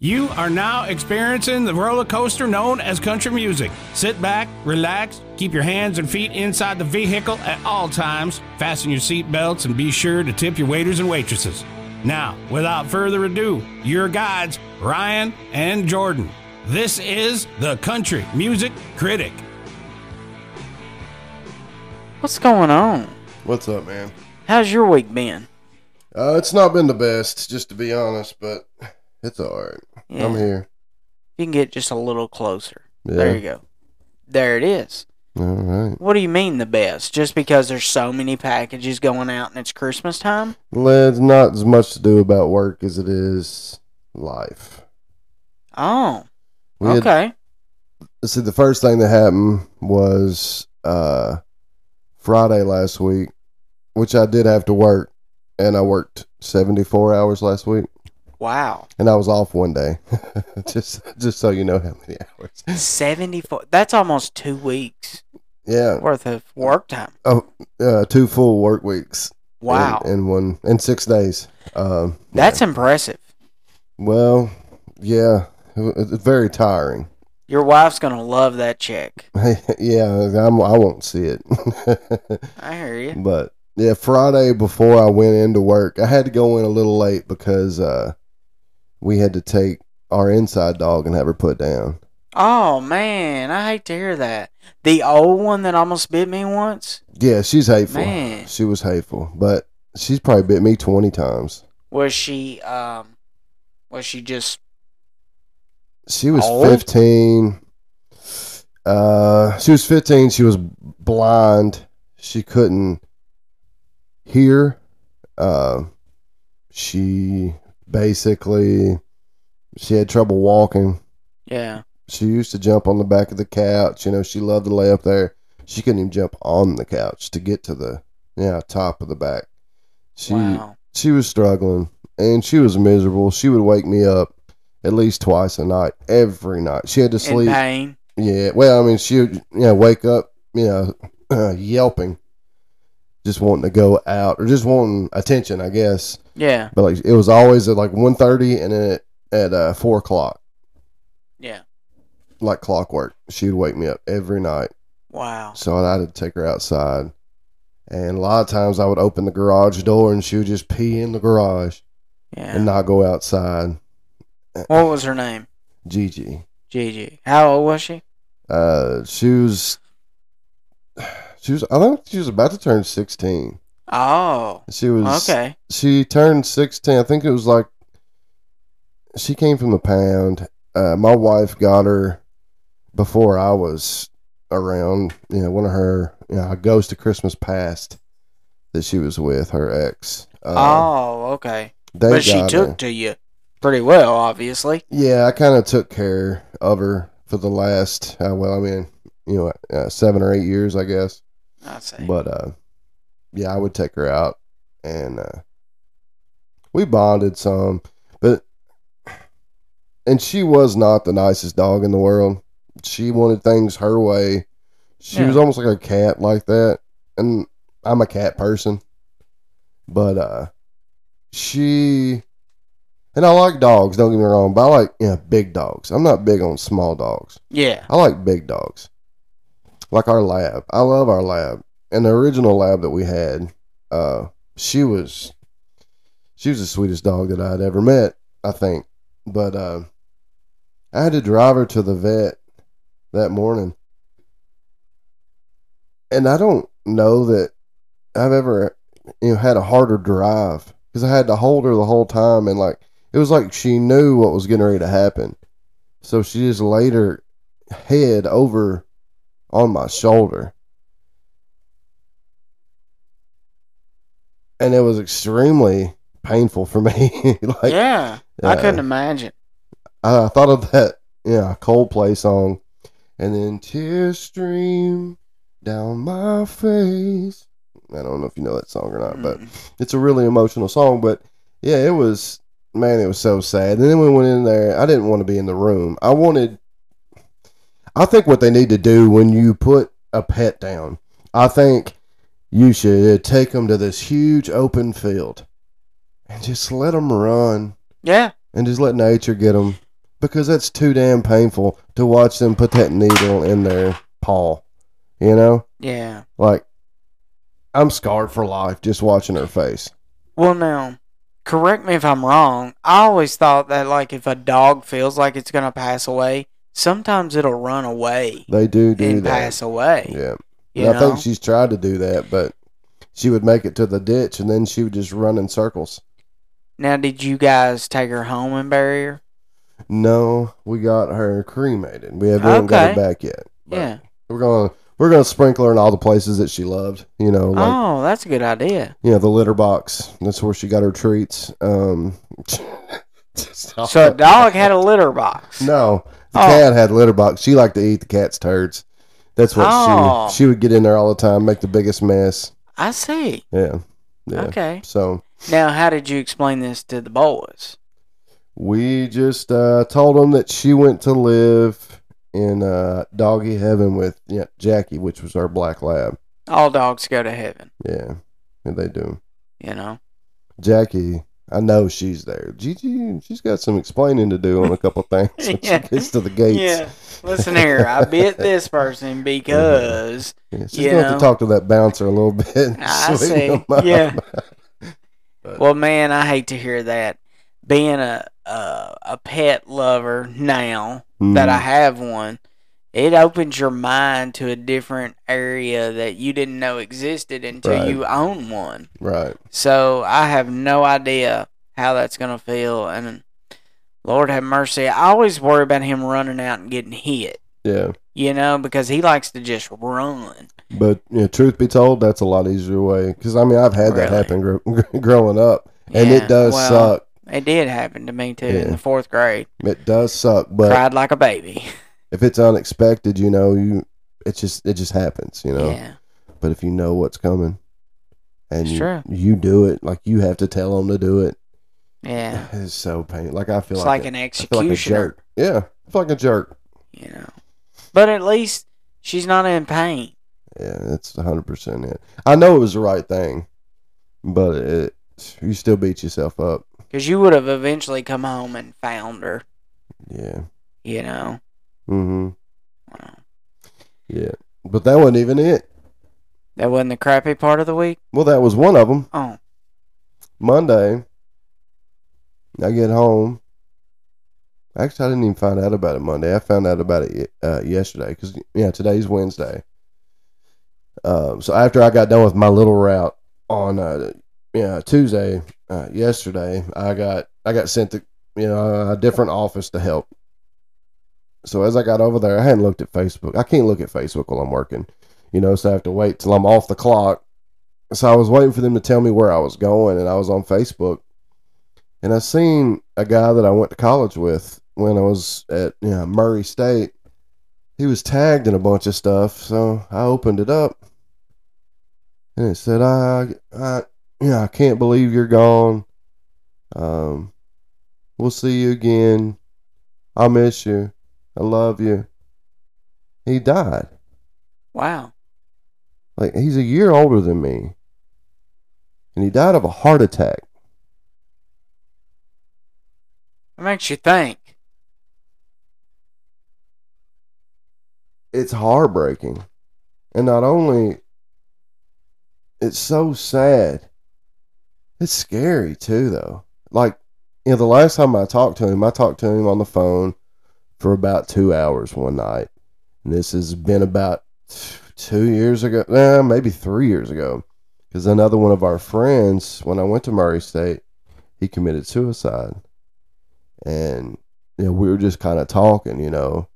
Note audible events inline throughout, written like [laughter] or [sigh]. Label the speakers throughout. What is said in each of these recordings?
Speaker 1: You are now experiencing the roller coaster known as country music. Sit back, relax, keep your hands and feet inside the vehicle at all times, fasten your seat belts, and be sure to tip your waiters and waitresses. Now, without further ado, your guides, Ryan and Jordan. This is the Country Music Critic.
Speaker 2: What's going on?
Speaker 3: What's up, man?
Speaker 2: How's your week been?
Speaker 3: Uh, it's not been the best, just to be honest, but it's all right.
Speaker 2: Yeah.
Speaker 3: I'm here.
Speaker 2: You can get just a little closer. There you go. There it is.
Speaker 3: All right.
Speaker 2: What do you mean the best? Just because there's so many packages going out and it's Christmas time?
Speaker 3: Well, It's not as much to do about work as it is life.
Speaker 2: Oh,
Speaker 3: We had-
Speaker 2: okay.
Speaker 3: see, the first thing that happened was uh, Friday last week, which I did have to work, and I worked 74 hours last week,
Speaker 2: Wow.
Speaker 3: and I was off one day. [laughs] just, just so you know how many [laughs] hours.
Speaker 2: 74. That's almost two weeks
Speaker 3: Yeah,
Speaker 2: worth of work time.
Speaker 3: oh, uh, two full work weeks. in-
Speaker 2: Wow.
Speaker 3: In, one, in six days. Um,
Speaker 2: That's impressive.
Speaker 3: Well, yeah, it- it's very tiring. [laughs]
Speaker 2: Your wife's going to love that check.
Speaker 3: yeah, I'm, I won't see it. [laughs]
Speaker 2: I hear you.
Speaker 3: but yeah, Friday before I went into work, I had to go in a little late because uh, we had to take our inside dog and have her put down.
Speaker 2: Oh, man. I hate to hear that. The old one that almost bit me once?
Speaker 3: Yeah, she's hateful.
Speaker 2: Man.
Speaker 3: She was hateful, but she's probably bit me twenty times.
Speaker 2: Was she, um, was she just
Speaker 3: She was
Speaker 2: Old?
Speaker 3: fifteen. Uh, she was fifteen. She was blind. She couldn't hear. Uh, she basically she had trouble walking.
Speaker 2: Yeah.
Speaker 3: She used to jump on the back of the couch. You know, she loved to lay up there. She couldn't even jump on the couch to get to the yeah top of the back. She
Speaker 2: wow.
Speaker 3: she was struggling and she was miserable. She would wake me up at least twice a night, every night. She had to
Speaker 2: In
Speaker 3: sleep.
Speaker 2: pain.
Speaker 3: Yeah. Well, I mean, she would, you know, wake up, you know, [clears throat] yelping, just wanting to go out or just wanting attention, I guess.
Speaker 2: Yeah.
Speaker 3: But like, it was always at like 1.30 and then at, at uh, 4 o'clock,
Speaker 2: Yeah.
Speaker 3: like clockwork. She would wake me up every night.
Speaker 2: Wow.
Speaker 3: So I had to take her outside. And a lot of times I would open the garage door and she would just pee in the garage
Speaker 2: Yeah.
Speaker 3: and not go outside.
Speaker 2: what was her name?
Speaker 3: Gigi.
Speaker 2: Gigi. How old was she?
Speaker 3: Uh, she was, she was. I think she was about to turn sixteen.
Speaker 2: Oh.
Speaker 3: She was
Speaker 2: Okay.
Speaker 3: She turned sixteen. I think it was like. She came from the pound. Uh, my wife got her before I was around. You know, one of her you know, goes to Christmas past that she was with her ex. Um,
Speaker 2: oh, okay.
Speaker 3: they
Speaker 2: But she
Speaker 3: got
Speaker 2: took
Speaker 3: her.
Speaker 2: to you pretty well, obviously.
Speaker 3: Yeah, I kind of took care of her for the last. Uh, well, I mean, you know, uh, seven or eight years, I guess.
Speaker 2: I see.
Speaker 3: But uh, yeah, I would take her out, and uh, we bonded some. But and she was not the nicest dog in the world. She wanted things her way. She
Speaker 2: Yeah.
Speaker 3: was almost like a cat, like that. And I'm a cat person, but uh, she and I like dogs. Don't get me wrong, but I like yeah big dogs. I'm not big on small dogs.
Speaker 2: yeah.
Speaker 3: I like big dogs. Like our lab. I love our lab. And the original lab that we had, uh, she was she was the sweetest dog that I'd ever met, I think. But uh, I had to drive her to the vet that morning. And I don't know that I've ever you know had a harder drive because I had to hold her the whole time and like it was like she knew what was getting ready to happen. So she just laid her head over on my shoulder. And it was extremely painful for me. [laughs] like
Speaker 2: yeah.
Speaker 3: uh,
Speaker 2: I couldn't imagine.
Speaker 3: I thought of that yeah Coldplay song, and then tears stream down my face. I don't know if you know that song or not, Uh, but
Speaker 2: Mm.
Speaker 3: it's a really emotional song. But yeah, it was man, it was so sad. And then we went in there. I didn't want to be in the room. I wanted. I think what they need to do when you put a pet down, I think you should take them to this huge open field and just let them run
Speaker 2: Yeah.
Speaker 3: and just let nature get them because that's too damn painful to watch them put that needle in their paw. You know,
Speaker 2: Yeah.
Speaker 3: like I'm scarred for life just watching her face.
Speaker 2: Well, now, correct me if I'm wrong. I always thought that, like, if a dog feels like it's going to pass away, sometimes it'll run away
Speaker 3: They do do
Speaker 2: and
Speaker 3: that.
Speaker 2: pass away.
Speaker 3: Yeah.
Speaker 2: You
Speaker 3: And I
Speaker 2: know?
Speaker 3: think she's tried to do that, but she would make it to the ditch and then she would just run in circles.
Speaker 2: now, did you guys take her home and bury her?
Speaker 3: No, we got her cremated. We haven't got her
Speaker 2: Okay.
Speaker 3: back yet. but
Speaker 2: yeah.
Speaker 3: We're gonna we're gonna sprinkle her in all the places that she loved. You know, like
Speaker 2: oh, that's a good idea.
Speaker 3: you know, the litter box. That's where she got her treats. Um [laughs] stop
Speaker 2: So, a
Speaker 3: it.
Speaker 2: dog had a litter box.
Speaker 3: Oh, [laughs] No. The
Speaker 2: Oh.
Speaker 3: cat had litter box. She liked to eat the cat's turds. That's what
Speaker 2: Oh.
Speaker 3: she she would get in there all the time, make the biggest mess.
Speaker 2: I see.
Speaker 3: Yeah. Yeah.
Speaker 2: Okay.
Speaker 3: So
Speaker 2: Now, how did you explain this to the boys?
Speaker 3: We just uh, told them that she went to live in uh, doggy heaven with yeah, Jackie, which was our black lab.
Speaker 2: All dogs go to heaven,
Speaker 3: Yeah, yeah, they do.
Speaker 2: you know?
Speaker 3: Jackie, I know she's there. Gigi, she's got some explaining to do on a couple
Speaker 2: [laughs]
Speaker 3: things when
Speaker 2: Yeah.
Speaker 3: she gets to the gates.
Speaker 2: Yeah. Listen here, I bit this person
Speaker 3: [laughs]
Speaker 2: because
Speaker 3: Yeah, she's
Speaker 2: You
Speaker 3: going to have
Speaker 2: know.
Speaker 3: to talk to that bouncer a little bit. and [laughs]
Speaker 2: I
Speaker 3: sweeten
Speaker 2: see.
Speaker 3: him up.
Speaker 2: Yeah. Well, man, I hate to hear that. Being a a, a pet lover now that I
Speaker 3: Mhm.
Speaker 2: have one, it opens your mind to a different area that you didn't know existed until
Speaker 3: Right.
Speaker 2: you own one.
Speaker 3: Right.
Speaker 2: So I have no idea how that's gonna feel, and Lord have mercy. I always worry about him running out and getting hit,
Speaker 3: Yeah.
Speaker 2: you know, because he likes to just run.
Speaker 3: But you know, truth be told, that's a lot easier way. Because, I mean, I've had that
Speaker 2: Really?
Speaker 3: happen gr- growing up, and
Speaker 2: Yeah,
Speaker 3: it does
Speaker 2: well,
Speaker 3: suck.
Speaker 2: It did happen to me too
Speaker 3: Yeah.
Speaker 2: in the fourth grade.
Speaker 3: It does suck. But
Speaker 2: Cried like a baby.
Speaker 3: if it's unexpected, you know, you it just it just happens, you
Speaker 2: [laughs]
Speaker 3: know.
Speaker 2: Yeah.
Speaker 3: But if you know what's coming and
Speaker 2: It's
Speaker 3: you,
Speaker 2: true.
Speaker 3: you do it, like you have to tell them to do it.
Speaker 2: Yeah.
Speaker 3: [laughs] It's so pain. Like I feel
Speaker 2: It's
Speaker 3: like,
Speaker 2: like
Speaker 3: a-
Speaker 2: an
Speaker 3: I feel like a
Speaker 2: executioner,
Speaker 3: jerk. Yeah, I feel like a jerk.
Speaker 2: you know. But at least she's not in pain.
Speaker 3: Yeah, that's hundred percent it. I know it was the right thing, but it you still beat yourself up.
Speaker 2: Because you would have eventually come home and found her,
Speaker 3: Yeah.
Speaker 2: you know.
Speaker 3: Mm-hmm.
Speaker 2: Wow.
Speaker 3: Yeah. But that wasn't even it.
Speaker 2: That wasn't the crappy part of the week.
Speaker 3: Well, that was one of them.
Speaker 2: Oh,
Speaker 3: Monday, I get home. Actually, I didn't even find out about it Monday. I found out about it uh, yesterday because yeah, today's Wednesday. Um, so after I got done with my little route on uh, yeah Tuesday uh, yesterday, I got I got sent to you know a different office to help. So as I got over there, I hadn't looked at Facebook. I can't look at Facebook while I'm working, you know. So I have to wait till I'm off the clock so I was waiting for them to tell me where I was going, and I was on Facebook, and I seen a guy that I went to college with when I was at you know, Murray State. He was tagged in a bunch of stuff, so I opened it up, and it said, "I, I, you know, I can't believe you're gone. Um, we'll see you again. I miss you. I love you." He died.
Speaker 2: wow.
Speaker 3: Like he's a year older than me. And he died of a heart attack.
Speaker 2: It makes you think.
Speaker 3: It's heartbreaking. And not only it's so sad. It's scary too though. Like you know, the last time I talked to him, I talked to him on the phone for about two hours one night. And this has been about two years ago, eh, maybe three years ago. Because another one of our friends, when I went to Murray State, he committed suicide. And you know, we were just kind of talking, you know,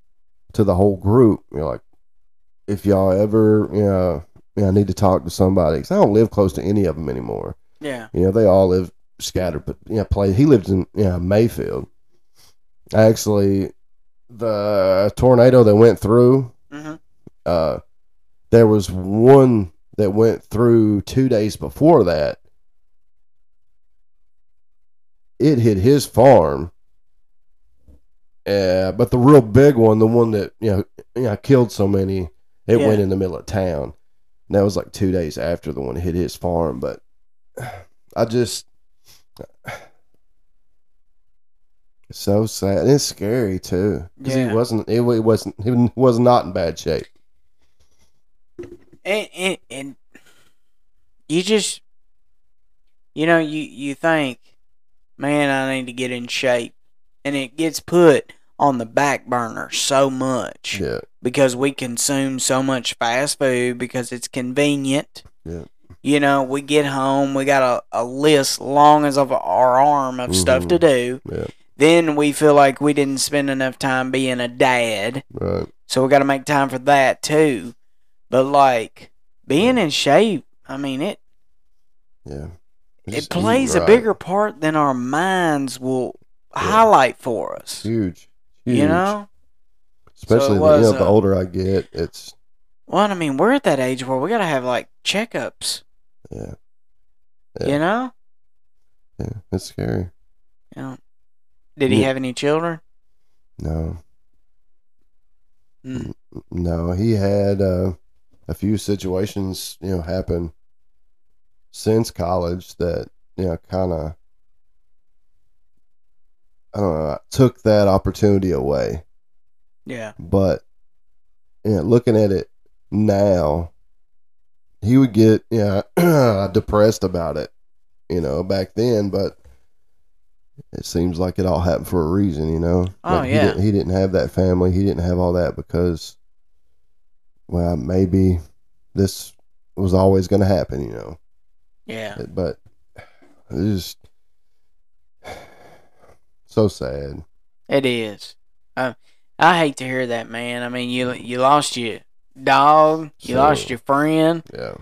Speaker 3: to the whole group. You're like, if y'all ever, you know, you know, I need to talk to somebody. 'Cause I don't live close to any of them anymore.
Speaker 2: Yeah.
Speaker 3: You know, they all live scattered, but you know, play. He lived in you know, Mayfield, Actually, the tornado that went through,
Speaker 2: hmm
Speaker 3: uh, there was one that went through two days before that. It hit his farm. Uh, but the real big one, the one that you know, you know killed so many, it
Speaker 2: Yeah.
Speaker 3: went in the middle of town. And that was like two days after the one hit his farm. But I just it's so sad. And it's scary too because
Speaker 2: Yeah.
Speaker 3: he wasn't. It, it wasn't. He was not in bad shape.
Speaker 2: and, and and you just you know you you think man i need to get in shape and it gets put on the back burner so much
Speaker 3: Yeah.
Speaker 2: because we consume so much fast food because it's convenient
Speaker 3: Yeah.
Speaker 2: you know we get home we got a, a list long as of our arm of stuff to
Speaker 3: Mhm.
Speaker 2: do
Speaker 3: Yeah.
Speaker 2: then we feel like we didn't spend enough time being a dad
Speaker 3: Right.
Speaker 2: so we got to make time for that too. But like being in shape, I mean it
Speaker 3: Yeah.
Speaker 2: it
Speaker 3: Just eat
Speaker 2: plays a
Speaker 3: right.
Speaker 2: bigger part than our minds will
Speaker 3: Yeah.
Speaker 2: highlight for us.
Speaker 3: Huge. Huge.
Speaker 2: You know?
Speaker 3: Especially the,
Speaker 2: was,
Speaker 3: you know, the
Speaker 2: uh,
Speaker 3: older I get, it's
Speaker 2: Well, I mean, we're at that age where we got to have like checkups,
Speaker 3: yeah. Yeah.
Speaker 2: you know?
Speaker 3: Yeah. It's scary.
Speaker 2: Yeah. Did he
Speaker 3: Yeah.
Speaker 2: have any children?
Speaker 3: No.
Speaker 2: Mm.
Speaker 3: No. He had uh, a few situations, you know, happen since college that, you know, kinda I don't know, took that opportunity away.
Speaker 2: Yeah.
Speaker 3: But yeah, looking at it now, he would get yeah [clears throat] depressed about it, you know, back then. But it seems like it all happened for a reason, you know.
Speaker 2: Oh,
Speaker 3: Like,
Speaker 2: yeah.
Speaker 3: he didn't, he didn't have that family. He didn't have all that because, well, maybe this was always going to happen, you know.
Speaker 2: Yeah.
Speaker 3: But it's just [sighs] so sad.
Speaker 2: It is. I I hate to hear that, man. I mean, you you lost your dog, you
Speaker 3: So-
Speaker 2: lost your friend,
Speaker 3: Yeah.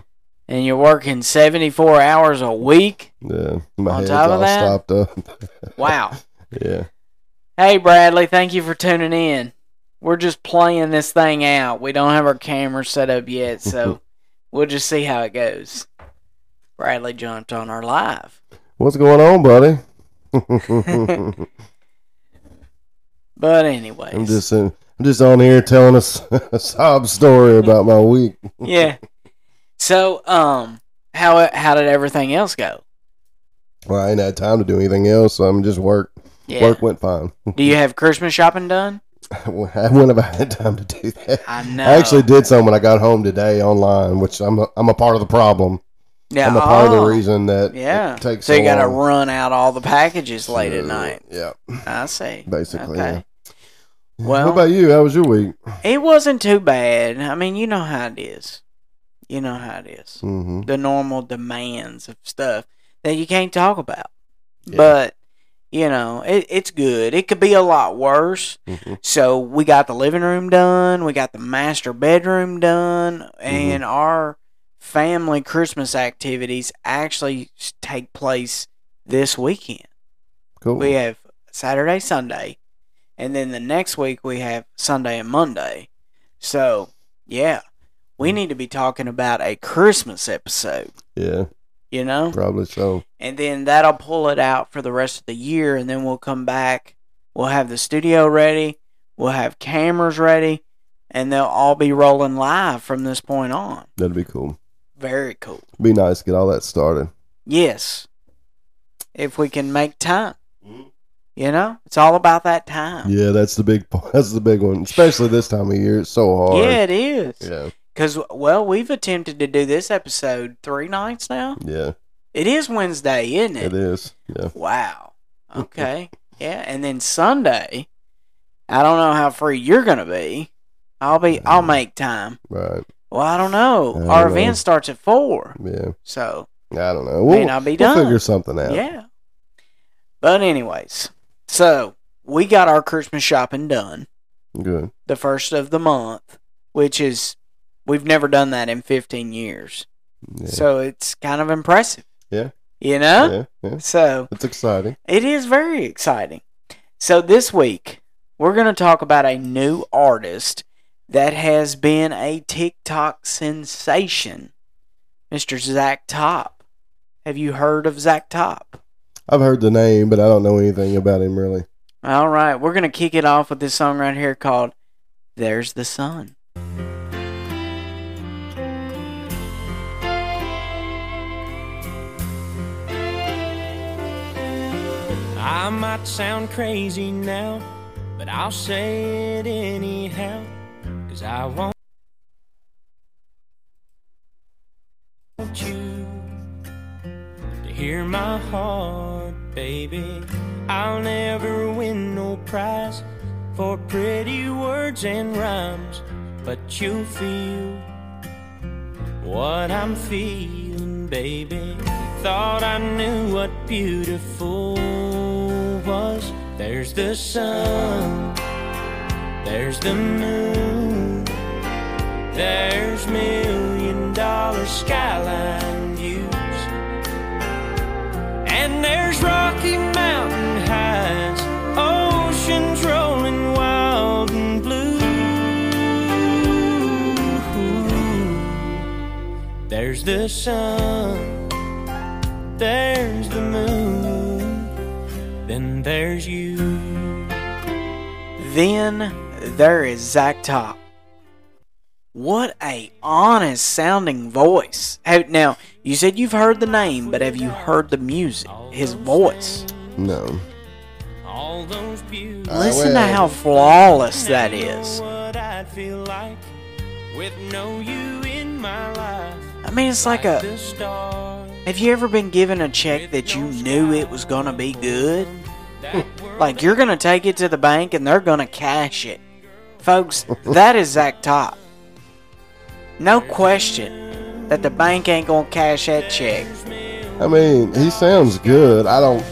Speaker 2: and you're working 74 hours a
Speaker 3: [laughs]
Speaker 2: week.
Speaker 3: Yeah. My
Speaker 2: On
Speaker 3: head's
Speaker 2: top of
Speaker 3: all
Speaker 2: that-
Speaker 3: stopped up. [laughs]
Speaker 2: Wow.
Speaker 3: yeah.
Speaker 2: Hey, Bradley, thank you for tuning in. We're just playing this thing out. We don't have our camera set up yet,
Speaker 3: [laughs]
Speaker 2: so we'll just see how it goes. Bradley jumped on our live.
Speaker 3: What's going
Speaker 2: [laughs]
Speaker 3: on, buddy? I'm
Speaker 2: But, anyways,
Speaker 3: just in, I'm just on here telling a, s- [laughs] a sob story about my week.
Speaker 2: yeah. So, um, how how did everything else go?
Speaker 3: Well, I ain't had time to do anything else, so I'm just work.
Speaker 2: Yeah.
Speaker 3: Work went fine. [laughs]
Speaker 2: Do you have Christmas shopping done?
Speaker 3: when have I had time to do that?
Speaker 2: I know.
Speaker 3: I actually did some when I got home today online, which I'm a, I'm a part of the problem.
Speaker 2: Yeah.
Speaker 3: I'm a part of the
Speaker 2: oh,
Speaker 3: reason that
Speaker 2: Yeah.
Speaker 3: it takes
Speaker 2: so you got to
Speaker 3: long
Speaker 2: run out all the packages late at
Speaker 3: to-
Speaker 2: night.
Speaker 3: Yeah,
Speaker 2: I see.
Speaker 3: basically.
Speaker 2: Okay.
Speaker 3: Yeah.
Speaker 2: Well-
Speaker 3: [laughs] what about you? How was your week?
Speaker 2: It wasn't too bad. I mean, you know how it is. You know how it is.
Speaker 3: Mm-hmm.
Speaker 2: The normal demands of stuff that you can't talk about.
Speaker 3: Yeah.
Speaker 2: But, you know, it, it's good. It could be a lot worse. So we got the living room done, we got the master bedroom done, and our family Christmas activities actually s- take place this weekend.
Speaker 3: Cool.
Speaker 2: We have Saturday, Sunday, and then the next week we have Sunday and Monday. So, yeah, we need to be talking about a Christmas episode,
Speaker 3: yeah,
Speaker 2: you know?
Speaker 3: probably so.
Speaker 2: And then that'll pull it out for the rest of the year, and then we'll come back. We'll have the studio ready, we'll have cameras ready, and they'll all be rolling live from this point on.
Speaker 3: That'd be cool.
Speaker 2: Very cool.
Speaker 3: Be nice. to Get all that started.
Speaker 2: Yes. If we can make time. Mm-hmm. You know, it's all about that time.
Speaker 3: Yeah, that's the big [laughs] that's the big one, especially this time of year. It's so hard.
Speaker 2: Yeah, it is.
Speaker 3: yeah,
Speaker 2: Because, well, we've attempted to do this episode three nights now.
Speaker 3: yeah,
Speaker 2: It is Wednesday, isn't it?
Speaker 3: it is. Yeah, [laughs]
Speaker 2: Wow. Okay. yeah. And then Sunday, I don't know how free you're going to be. I'll be, I'll make time.
Speaker 3: right.
Speaker 2: Well, I don't know.
Speaker 3: I don't
Speaker 2: Our
Speaker 3: know.
Speaker 2: event starts at four.
Speaker 3: Yeah,
Speaker 2: So,
Speaker 3: I don't know. We'll,
Speaker 2: not be
Speaker 3: we'll
Speaker 2: done.
Speaker 3: figure something
Speaker 2: yeah.
Speaker 3: out.
Speaker 2: But, anyways, so we got our Christmas shopping done.
Speaker 3: good.
Speaker 2: the first of the month, which is we've never done that in 15 years.
Speaker 3: Yeah.
Speaker 2: So it's kind of impressive.
Speaker 3: Yeah.
Speaker 2: You know?
Speaker 3: yeah, yeah,
Speaker 2: So
Speaker 3: it's exciting.
Speaker 2: it is very exciting. So this week, we're going to talk about a new artist that has been a TikTok sensation, Mr. Zach Top. Have you heard of Zach Top?
Speaker 3: I've heard the name, but I don't know anything about him really.
Speaker 2: All right, we're going to kick it off with this song right here called There's the Sun.
Speaker 4: I might sound crazy now, but I'll say it anyhow, cause I want you to hear my heart, baby. I'll never win no prize for pretty words and rhymes, but you'll feel what I'm feeling, baby. Thought I knew what beautiful was. There's the sun, there's the moon, there's million dollar skyline views, and there's Rocky Mountain highs, oceans rolling wild and blue. There's the sun, there's the moon, then there's you.
Speaker 2: Then there is Zach Top. What a honest sounding voice. Have- Now, you said you've heard the name, but have you heard the music? His voice.
Speaker 3: No.
Speaker 4: All those beauties.
Speaker 3: I
Speaker 2: Listen to
Speaker 3: will.
Speaker 2: how flawless that is.
Speaker 4: What I'd feel like with no you in my life.
Speaker 2: I mean, it's like a.
Speaker 4: the stars
Speaker 2: Have you ever been given a check that you knew it was gonna be good? Like you're gonna take it to the bank and they're gonna cash it. Folks, that is Zach Top. No question that the bank ain't gonna cash that check.
Speaker 3: I mean, he sounds good. I don't.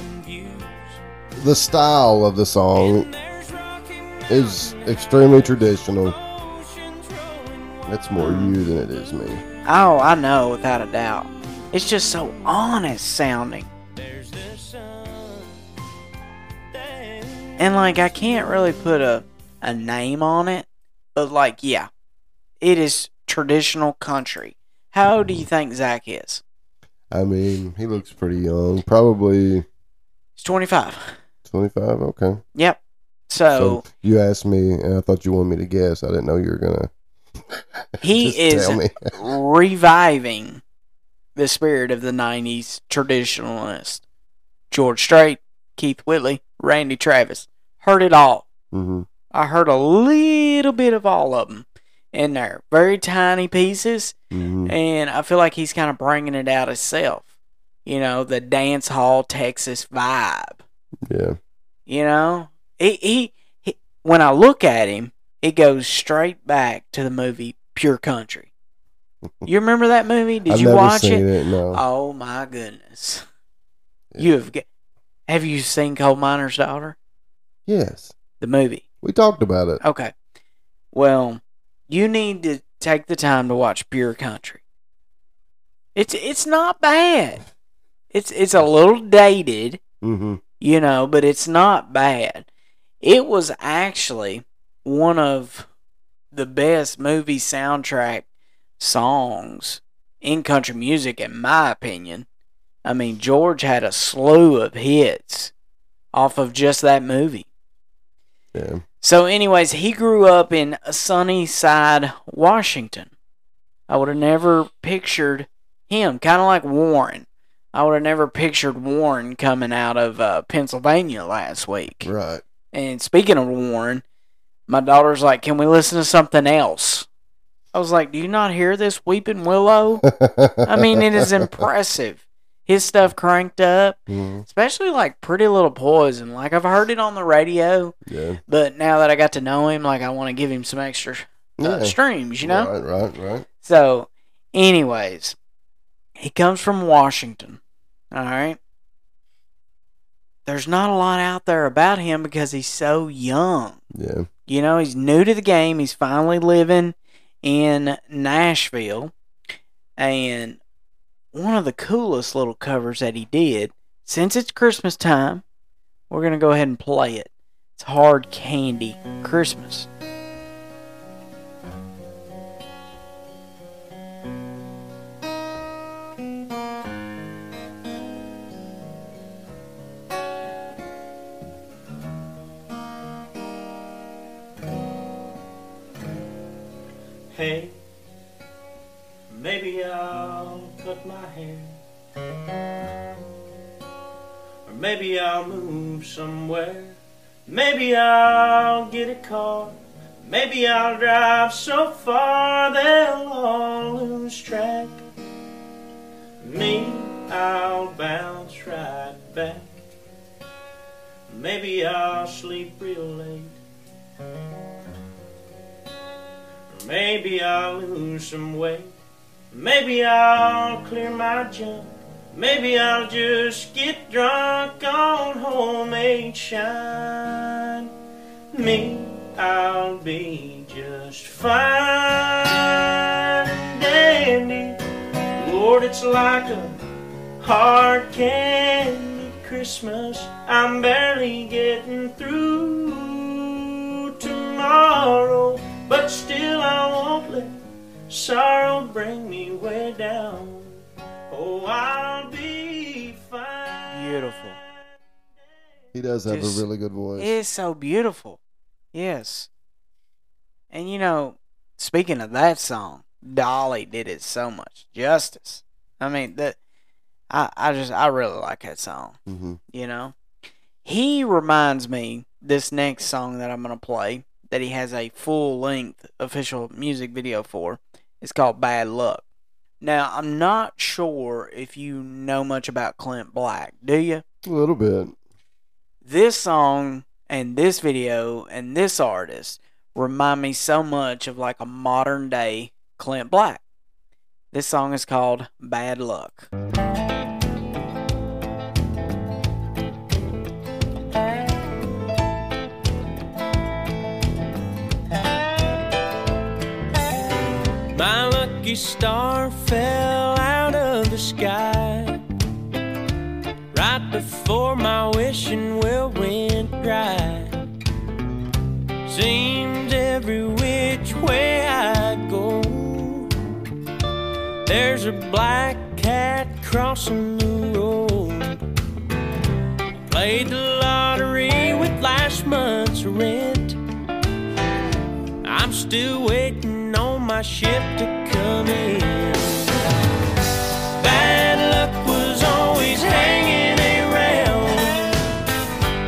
Speaker 3: The style of the song is extremely traditional. That's more you than it is me.
Speaker 2: Oh, I know, without a doubt. It's just so honest sounding. And like I can't really put a a name on it, but like yeah. It is traditional country. How do you think Zach is?
Speaker 3: I mean, he looks pretty young. Probably
Speaker 2: He's twenty five.
Speaker 3: 25. Okay.
Speaker 2: Yep. So,
Speaker 3: [laughs] you asked me, and I thought you wanted me to guess. I didn't know you were gonna.
Speaker 2: [laughs] he
Speaker 3: just
Speaker 2: is
Speaker 3: Tell me. [laughs]
Speaker 2: reviving the spirit of the nineties traditionalist. George Strait, Keith Whitley, Randy Travis. Heard it all.
Speaker 3: hmm
Speaker 2: I heard a little bit of all of them in there, very tiny pieces,
Speaker 3: hmm
Speaker 2: and I feel like he's kind of bringing it out himself. You know, the dance hall Texas vibe.
Speaker 3: Yeah.
Speaker 2: You know, he, he, he when I look at him, it goes straight back to the movie Pure
Speaker 3: [laughs]
Speaker 2: Country. You remember that movie? Did
Speaker 3: I've
Speaker 2: you
Speaker 3: never
Speaker 2: watch it?
Speaker 3: seen it? No.
Speaker 2: Oh my goodness! You have g have you seen Coal Miner's Daughter?
Speaker 3: yes.
Speaker 2: The movie.
Speaker 3: We talked about it.
Speaker 2: Okay. Well, you need to take the time to watch Pure Country. It's it's not bad. It's it's a little dated,
Speaker 3: Mm-hmm.
Speaker 2: you know, but it's not bad. It was actually one of the best movie soundtrack songs in country music in my opinion. I mean, George had a slew of hits off of just that movie.
Speaker 3: Yeah.
Speaker 2: So, anyways, he grew up in Sunnyside, Washington. I would have never pictured him, kind of like Warren. I would have never pictured Warren coming out of uh, Pennsylvania last week. [laughs]
Speaker 3: Right.
Speaker 2: And speaking of Warren, my daughter's like, "Can we listen to something else?" I was like, "Do you not hear this weeping willow?" I mean, it is impressive. His stuff cranked up,
Speaker 3: Mhm.
Speaker 2: especially like Pretty Little Poison. Like I've heard it on the radio.
Speaker 3: Yeah.
Speaker 2: But now that I got to know him, like I want to give him some extra uh,
Speaker 3: Yeah.
Speaker 2: streams, you know.
Speaker 3: Right. Right. Right.
Speaker 2: So, anyways, he comes from Washington. All right. There's not a lot out there about him because he's so young.
Speaker 3: Yeah.
Speaker 2: You know, he's new to the game. He's finally living in Nashville. And one of the coolest little covers that he did, since it's Christmas time, we're going to go ahead and play it. It's hard candy Christmas.
Speaker 4: Hey, maybe I'll cut my hair. Or maybe I'll move somewhere. Maybe I'll get a car. Maybe I'll drive so far they'll all lose track. Me, I'll bounce right back. Maybe I'll sleep real late. Maybe I'll lose some weight. Maybe I'll clear my junk. Maybe I'll just get drunk on homemade shine. Me, I'll be just fine, dandy. Lord, it's like a hard candy Christmas. I'm barely getting through tomorrow, but still I won't let sorrow bring me way down. Oh, I'll be fine.
Speaker 2: Beautiful.
Speaker 3: He does have
Speaker 2: Just-
Speaker 3: a really good voice.
Speaker 2: It's so beautiful. Yes. And you know, speaking of that song, Dolly did it so much justice. I mean, that I I just I really like that song,
Speaker 3: hmm
Speaker 2: you know. He reminds me this next song that I'm going to play that he has a full-length official music video for. It's called Bad Luck. Now, I'm not sure if you know much about Clint Black, do you?
Speaker 3: A little bit.
Speaker 2: this song and this video and this artist remind me so much of like a modern day Clint Black. This song is called Bad Luck.
Speaker 4: My lucky star fell out of the sky right before my wishing well went dry. Seems every which way I go, there's a black cat crossing the road. Played the lottery with last month's rent. I'm still waiting on my ship to come in. Bad luck was always hanging around.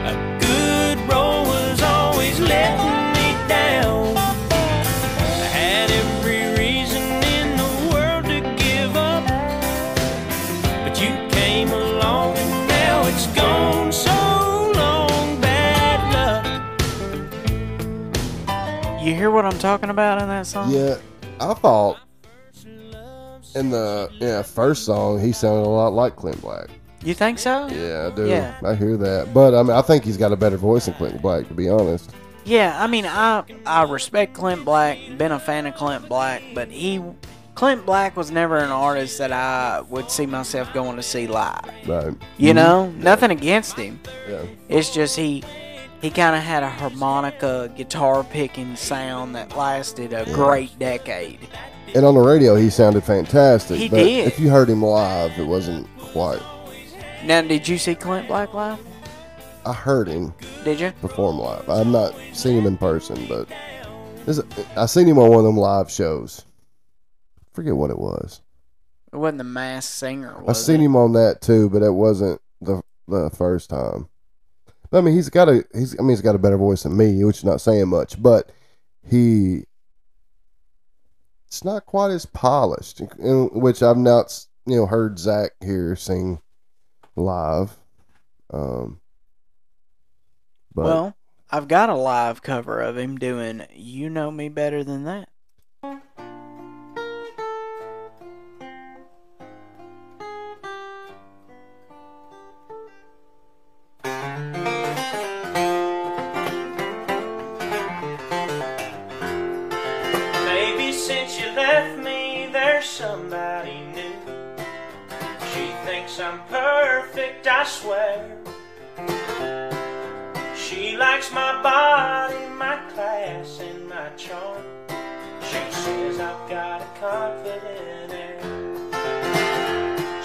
Speaker 4: A good roll was always letting me down. I had every reason in the world to give up. But you came along and now it's gone so long. Bad luck.
Speaker 2: You hear what I'm talking about in that song?
Speaker 3: Yeah, I thought in the yeah first song he sounded a lot like Clint Black.
Speaker 2: You think so?
Speaker 3: Yeah, I do.
Speaker 2: Yeah.
Speaker 3: I hear that, but I mean, I think he's got a better voice than Clint Black, to be honest.
Speaker 2: Yeah, I mean, I I respect Clint Black, been a fan of Clint Black, but he Clint Black was never an artist that I would see myself going to see live.
Speaker 3: Right?
Speaker 2: You know, nothing against him.
Speaker 3: Yeah.
Speaker 2: It's just he he kind of had a harmonica guitar picking sound that lasted a great decade.
Speaker 3: And on the radio, he sounded fantastic.
Speaker 2: He
Speaker 3: but
Speaker 2: did.
Speaker 3: If you heard him live, it wasn't quite.
Speaker 2: Now, did you see Clint Black live?
Speaker 3: I heard him
Speaker 2: Did you?
Speaker 3: perform live. I've not seen him in person, but this, I seen him on one of them live shows. Forget what it was.
Speaker 2: It wasn't the mass singer.
Speaker 3: I
Speaker 2: Was
Speaker 3: seen
Speaker 2: it?
Speaker 3: him on that too, but it wasn't the the first time. I mean, he's got a he's I mean he's got a better voice than me, which is not saying much, but he it's not quite as polished, in, which I've not s- you know heard Zach here sing live. Um, but
Speaker 2: Well, I've got a live cover of him doing "You Know Me Better Than That."
Speaker 4: Baby, since you left me, there's somebody new. She thinks I'm perfect, I swear. She likes my body, my class, and my charm. She says I've got a confident air.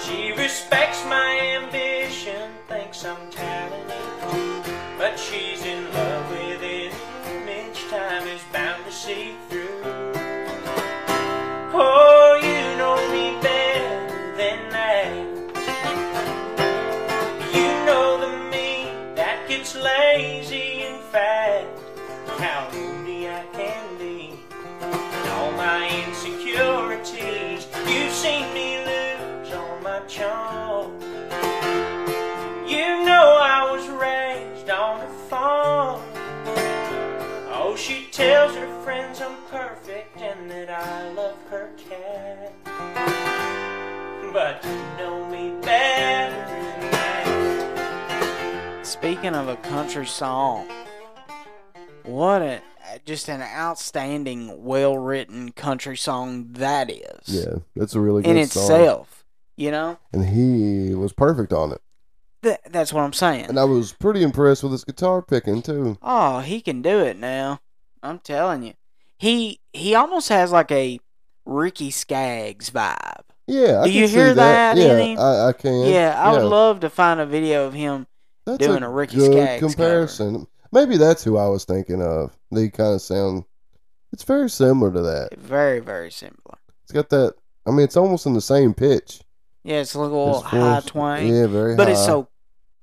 Speaker 4: She respects my ambition, thinks I'm talented, but she's in love with it. Image time is bound to see through. Oh, you know me better than that. You know the me that gets lazy and fat. How moody I can be. And all my insecurities. You've seen me lose all my charm. You know I was raised on a farm. Oh, she tells her friends I'm perfect and that I love her cat. But you know me better than that.
Speaker 2: Speaking of a country song, what a just an outstanding, well written country song that is.
Speaker 3: Yeah, that's a really good
Speaker 2: in
Speaker 3: song.
Speaker 2: itself, you know.
Speaker 3: And he was perfect on it.
Speaker 2: Th- that's what I'm saying.
Speaker 3: And I was pretty impressed with his guitar picking too.
Speaker 2: Oh, he can do it now. I'm telling you. He he almost has like a Ricky Skaggs vibe.
Speaker 3: Yeah, I
Speaker 2: Do
Speaker 3: can
Speaker 2: you
Speaker 3: see
Speaker 2: hear that in
Speaker 3: Yeah,
Speaker 2: him?
Speaker 3: I, I can.
Speaker 2: yeah, I would love to find a video of him.
Speaker 3: That's
Speaker 2: doing a Ricky
Speaker 3: good
Speaker 2: Skaggs cover.
Speaker 3: comparison. Maybe that's who I was thinking of. They kind of sound. It's very similar to that.
Speaker 2: Very very similar.
Speaker 3: It's got that. I mean, it's almost in the same pitch.
Speaker 2: Yeah, it's a little
Speaker 3: His
Speaker 2: high
Speaker 3: voice-
Speaker 2: twang,
Speaker 3: Yeah, very.
Speaker 2: but it's
Speaker 3: high.
Speaker 2: so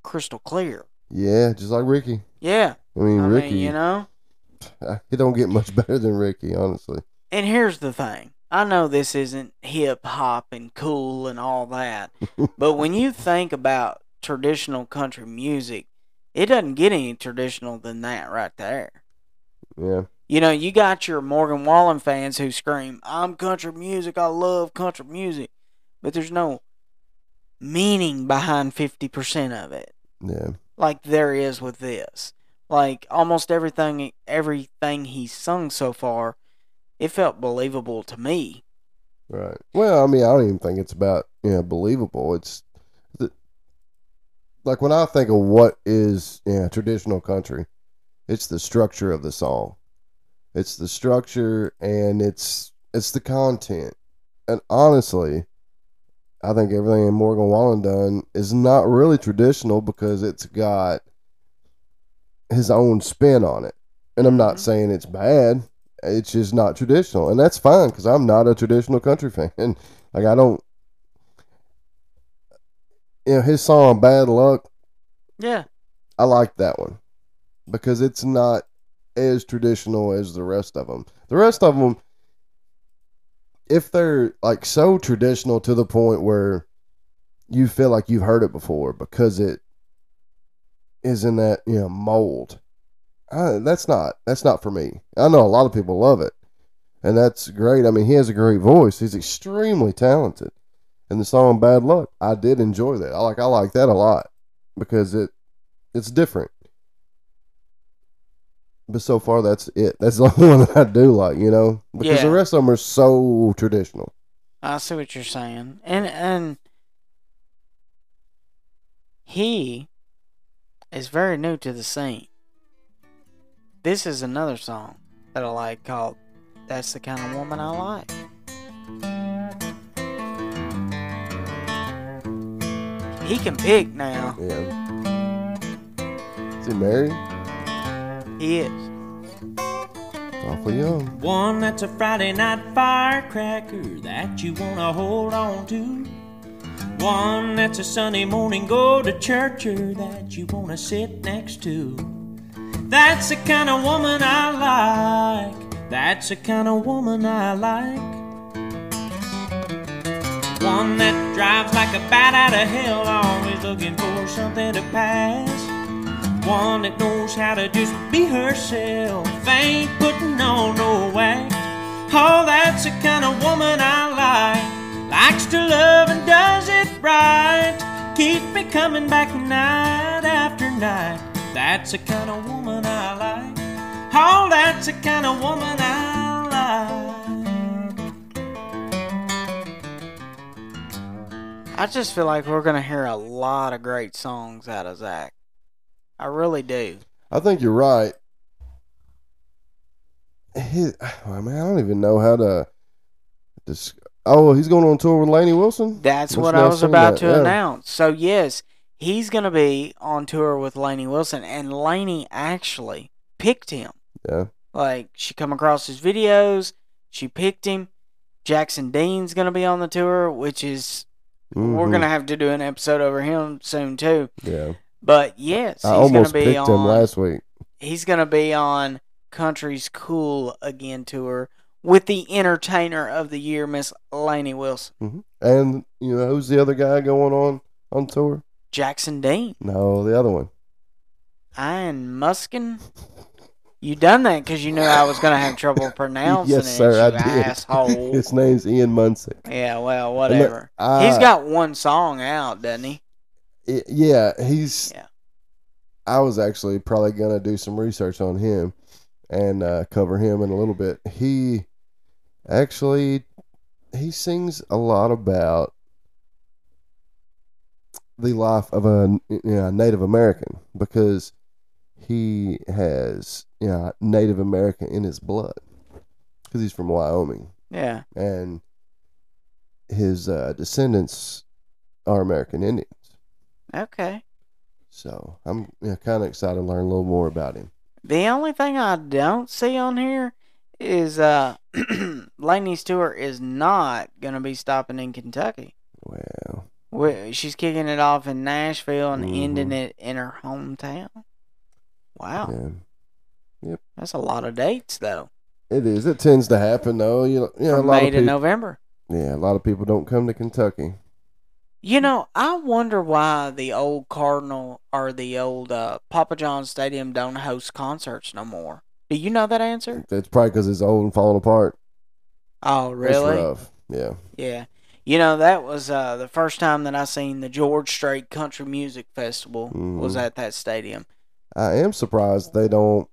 Speaker 2: crystal clear.
Speaker 3: Yeah, just like Ricky.
Speaker 2: Yeah,
Speaker 3: I mean,
Speaker 2: I
Speaker 3: Ricky.
Speaker 2: mean, you know.
Speaker 3: he don't get much [laughs] better than Ricky, honestly.
Speaker 2: And here's the thing. I know this isn't hip hop and cool and all that, but when you think about traditional country music, it doesn't get any traditional than that right there.
Speaker 3: Yeah.
Speaker 2: You know, you got your Morgan Wallen fans who scream, I'm country music, I love country music, but there's no meaning behind 50% of it
Speaker 3: Yeah.
Speaker 2: like there is with this. Like almost everything everything he's sung so far, it felt believable to me.
Speaker 3: Right. Well, I mean, I don't even think it's about you know believable. It's the, like when I think of what is you know, traditional country, it's the structure of the song, it's the structure, and it's it's the content. And honestly, I think everything Morgan Wallen done is not really traditional because it's got his own spin on it. And I'm not
Speaker 2: Mhm.
Speaker 3: saying it's bad. It's just not traditional, and that's fine because I'm not a traditional country fan. Like I don't, you know, his song "Bad Luck."
Speaker 2: Yeah.
Speaker 3: I like that one because it's not as traditional as the rest of them. The rest of them, if they're like so traditional to the point where you feel like you've heard it before because it is in that you know mold, I, that's not that's not for me. I know a lot of people love it, and that's great. I mean, he has a great voice. He's extremely talented, and the song "Bad Luck," I did enjoy that. I like I like that a lot because it it's different. But so far, that's it. That's the [laughs] only one that I do like, you know, because the
Speaker 2: Yeah.
Speaker 3: rest of them are so traditional.
Speaker 2: I see what you're saying. And and he is very new to the scene. This is another song that I like called That's the Kind of Woman I Like. He can pick now.
Speaker 3: Yeah. Is he married?
Speaker 2: He is.
Speaker 3: Awfully young.
Speaker 4: One that's a Friday night firecracker that you wanna hold on to. One that's a Sunday morning go to churcher that you wanna sit next to. That's the kind of woman I like. That's the kind of woman I like. One that drives like a bat out of hell, always looking for something to pass. One that knows how to just be herself, ain't putting on no act. Oh, that's the kind of woman I like. Likes to love and does it right. Keeps me coming back night after night. That's the kind of woman I like. Oh, that's the kind of woman I like.
Speaker 2: I just feel like we're gonna hear a lot of great songs out of Zach. I really do.
Speaker 3: I think you're right. He, [sighs] I mean, I don't even know how to. Dis- oh, he's going on tour with Laney Wilson.
Speaker 2: That's
Speaker 3: Must
Speaker 2: what
Speaker 3: not
Speaker 2: I was
Speaker 3: seen
Speaker 2: about
Speaker 3: that,
Speaker 2: to
Speaker 3: yeah.
Speaker 2: announce. So yes, he's going to be on tour with Laney Wilson, and Laney actually picked him.
Speaker 3: Yeah.
Speaker 2: Like she come across his videos, she picked him. Jackson Dean's going to be on the tour, which is we're
Speaker 3: Mhm.
Speaker 2: going to have to do an episode over him soon too.
Speaker 3: Yeah,
Speaker 2: But yes,
Speaker 3: I
Speaker 2: he's going
Speaker 3: almost
Speaker 2: to be
Speaker 3: picked
Speaker 2: on.
Speaker 3: him last week.
Speaker 2: he's going to be on Country's Cool Again tour with the Entertainer of the Year, Miss Laney Wilson,
Speaker 3: hmm And you know who's the other guy going on on tour?
Speaker 2: Jackson Dean.
Speaker 3: No, the other one.
Speaker 2: Ian Muskin. You done that because you knew I was going to have
Speaker 3: [laughs]
Speaker 2: trouble pronouncing
Speaker 3: yes,
Speaker 2: it,
Speaker 3: sir, I
Speaker 2: you
Speaker 3: did. [laughs]
Speaker 2: asshole.
Speaker 3: His name's Ian Munsick.
Speaker 2: yeah, well, whatever.
Speaker 3: I-
Speaker 2: He's got one song out, doesn't he?
Speaker 3: I- yeah, he's.
Speaker 2: Yeah.
Speaker 3: I was actually probably gonna do some research on him and uh, cover him in a little bit. He actually he sings a lot about the life of a you know, Native American because he has you know, Native American in his blood because he's from Wyoming
Speaker 2: Yeah.
Speaker 3: and his uh, descendants are American Indians.
Speaker 2: Okay.
Speaker 3: So I'm you know, kind of excited to learn a little more about him.
Speaker 2: The only thing I don't see on here is uh [clears throat] Laney's tour is not going to be stopping in Kentucky.
Speaker 3: Wow.
Speaker 2: Wh- She's kicking it off in Nashville and
Speaker 3: Mhm.
Speaker 2: ending it in her hometown. Wow.
Speaker 3: Yeah.
Speaker 2: That's a lot of dates, though.
Speaker 3: It is. It tends to happen though. You, you know, a
Speaker 2: from
Speaker 3: lot
Speaker 2: May
Speaker 3: of
Speaker 2: to
Speaker 3: people.
Speaker 2: November.
Speaker 3: yeah, a lot of people don't come to Kentucky.
Speaker 2: You know, I wonder why the old Cardinal or the old uh, Papa John Stadium don't host concerts no more. Do you know that answer?
Speaker 3: That's probably because it's old and falling apart.
Speaker 2: Oh,
Speaker 3: It's
Speaker 2: really?
Speaker 3: rough. Yeah.
Speaker 2: Yeah. You know, that was uh, the first time that I seen the George Strait Country Music Festival was
Speaker 3: Mhm.
Speaker 2: at that stadium.
Speaker 3: I am surprised they don't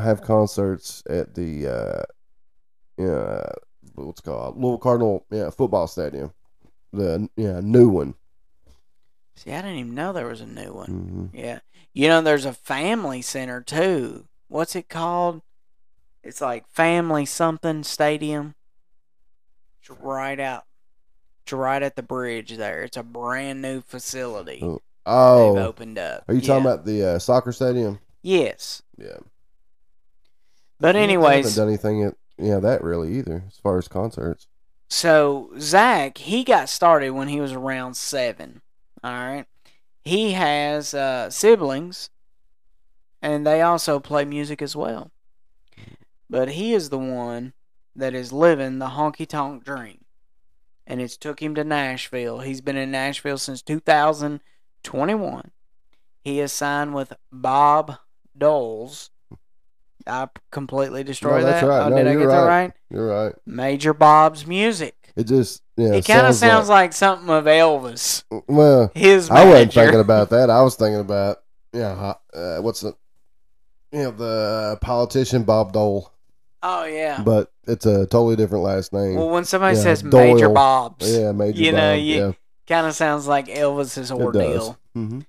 Speaker 3: have concerts at the uh, yeah, what's it called Little Cardinal yeah football stadium, the yeah new one.
Speaker 2: See, I didn't even know there was a new one.
Speaker 3: hmm
Speaker 2: Yeah. You know, there's a family center too. What's it called? It's like Family Something Stadium. It's right out. It's right at the bridge there. It's a brand new facility
Speaker 3: Oh,
Speaker 2: they've
Speaker 3: Oh,
Speaker 2: opened up.
Speaker 3: are you talking
Speaker 2: Yeah.
Speaker 3: about the uh, soccer stadium?
Speaker 2: Yes.
Speaker 3: Yeah.
Speaker 2: But
Speaker 3: Yeah, they
Speaker 2: anyways,
Speaker 3: haven't done anything at yeah that really either as far as concerts.
Speaker 2: So Zach, he got started when he was around seven. All right, he has uh, siblings, and they also play music as well. But he is the one that is living the honky tonk dream, and it's took him to Nashville. He's been in Nashville since 2021. He is signed with Bob Doles. I completely destroyed
Speaker 3: that's
Speaker 2: that.
Speaker 3: right.
Speaker 2: Oh,
Speaker 3: No,
Speaker 2: did I
Speaker 3: you're
Speaker 2: get that
Speaker 3: right.
Speaker 2: right?
Speaker 3: You're right.
Speaker 2: Major Bob's music.
Speaker 3: It just yeah.
Speaker 2: it kind of sounds like, something of Elvis.
Speaker 3: like well.
Speaker 2: His
Speaker 3: I
Speaker 2: manager.
Speaker 3: wasn't thinking about that. I was thinking about yeah. Uh, what's the you know the politician Bob Dole,
Speaker 2: Oh yeah.
Speaker 3: but it's a totally different last name.
Speaker 2: well, when somebody
Speaker 3: yeah,
Speaker 2: says Major
Speaker 3: Doyle.
Speaker 2: Bob's,
Speaker 3: yeah, major.
Speaker 2: you know,
Speaker 3: Bob,
Speaker 2: you-
Speaker 3: yeah,
Speaker 2: kind of sounds like Elvis's
Speaker 3: it does.
Speaker 2: ordeal.
Speaker 3: Mm-hmm.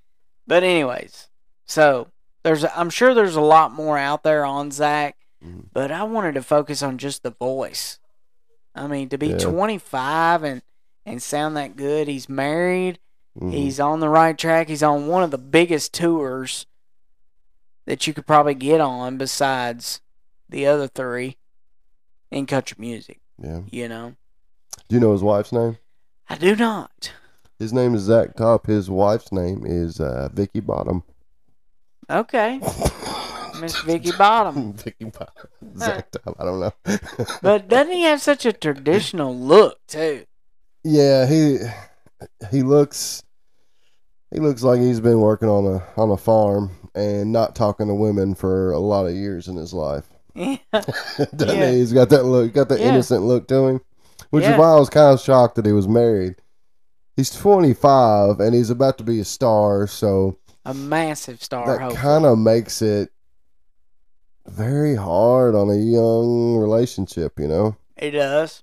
Speaker 2: But anyways, so there's I'm sure there's a lot more out there on Zach,
Speaker 3: Mhm.
Speaker 2: but I wanted to focus on just the voice. I mean, to be
Speaker 3: Yeah.
Speaker 2: 25 and and sound that good, he's married.
Speaker 3: Mm-hmm.
Speaker 2: He's on the right track. He's on one of the biggest tours that you could probably get on besides the other three in country music,
Speaker 3: yeah.
Speaker 2: you know.
Speaker 3: Do you know his wife's name?
Speaker 2: I do not.
Speaker 3: His name is Zach Top. His wife's name is uh, Vicky Bottom.
Speaker 2: Okay. Miss Vicky Bottom.
Speaker 3: [laughs] Vicky Bottom. Zach Top. I don't know.
Speaker 2: But doesn't he have such a traditional look too? [laughs]
Speaker 3: Yeah, he he looks he looks like he's been working on a on a farm and not talking to women for a lot of years in his life. [laughs]
Speaker 2: Yeah.
Speaker 3: Doesn't
Speaker 2: Yeah.
Speaker 3: he? He's got that look, got that
Speaker 2: Yeah.
Speaker 3: innocent look to him, which
Speaker 2: Yeah.
Speaker 3: is why I was kind of shocked that he was married. He's 25 and he's about to be a star, so
Speaker 2: A massive star
Speaker 3: that
Speaker 2: hope.
Speaker 3: kind of makes it very hard on a young relationship, you know.
Speaker 2: He does.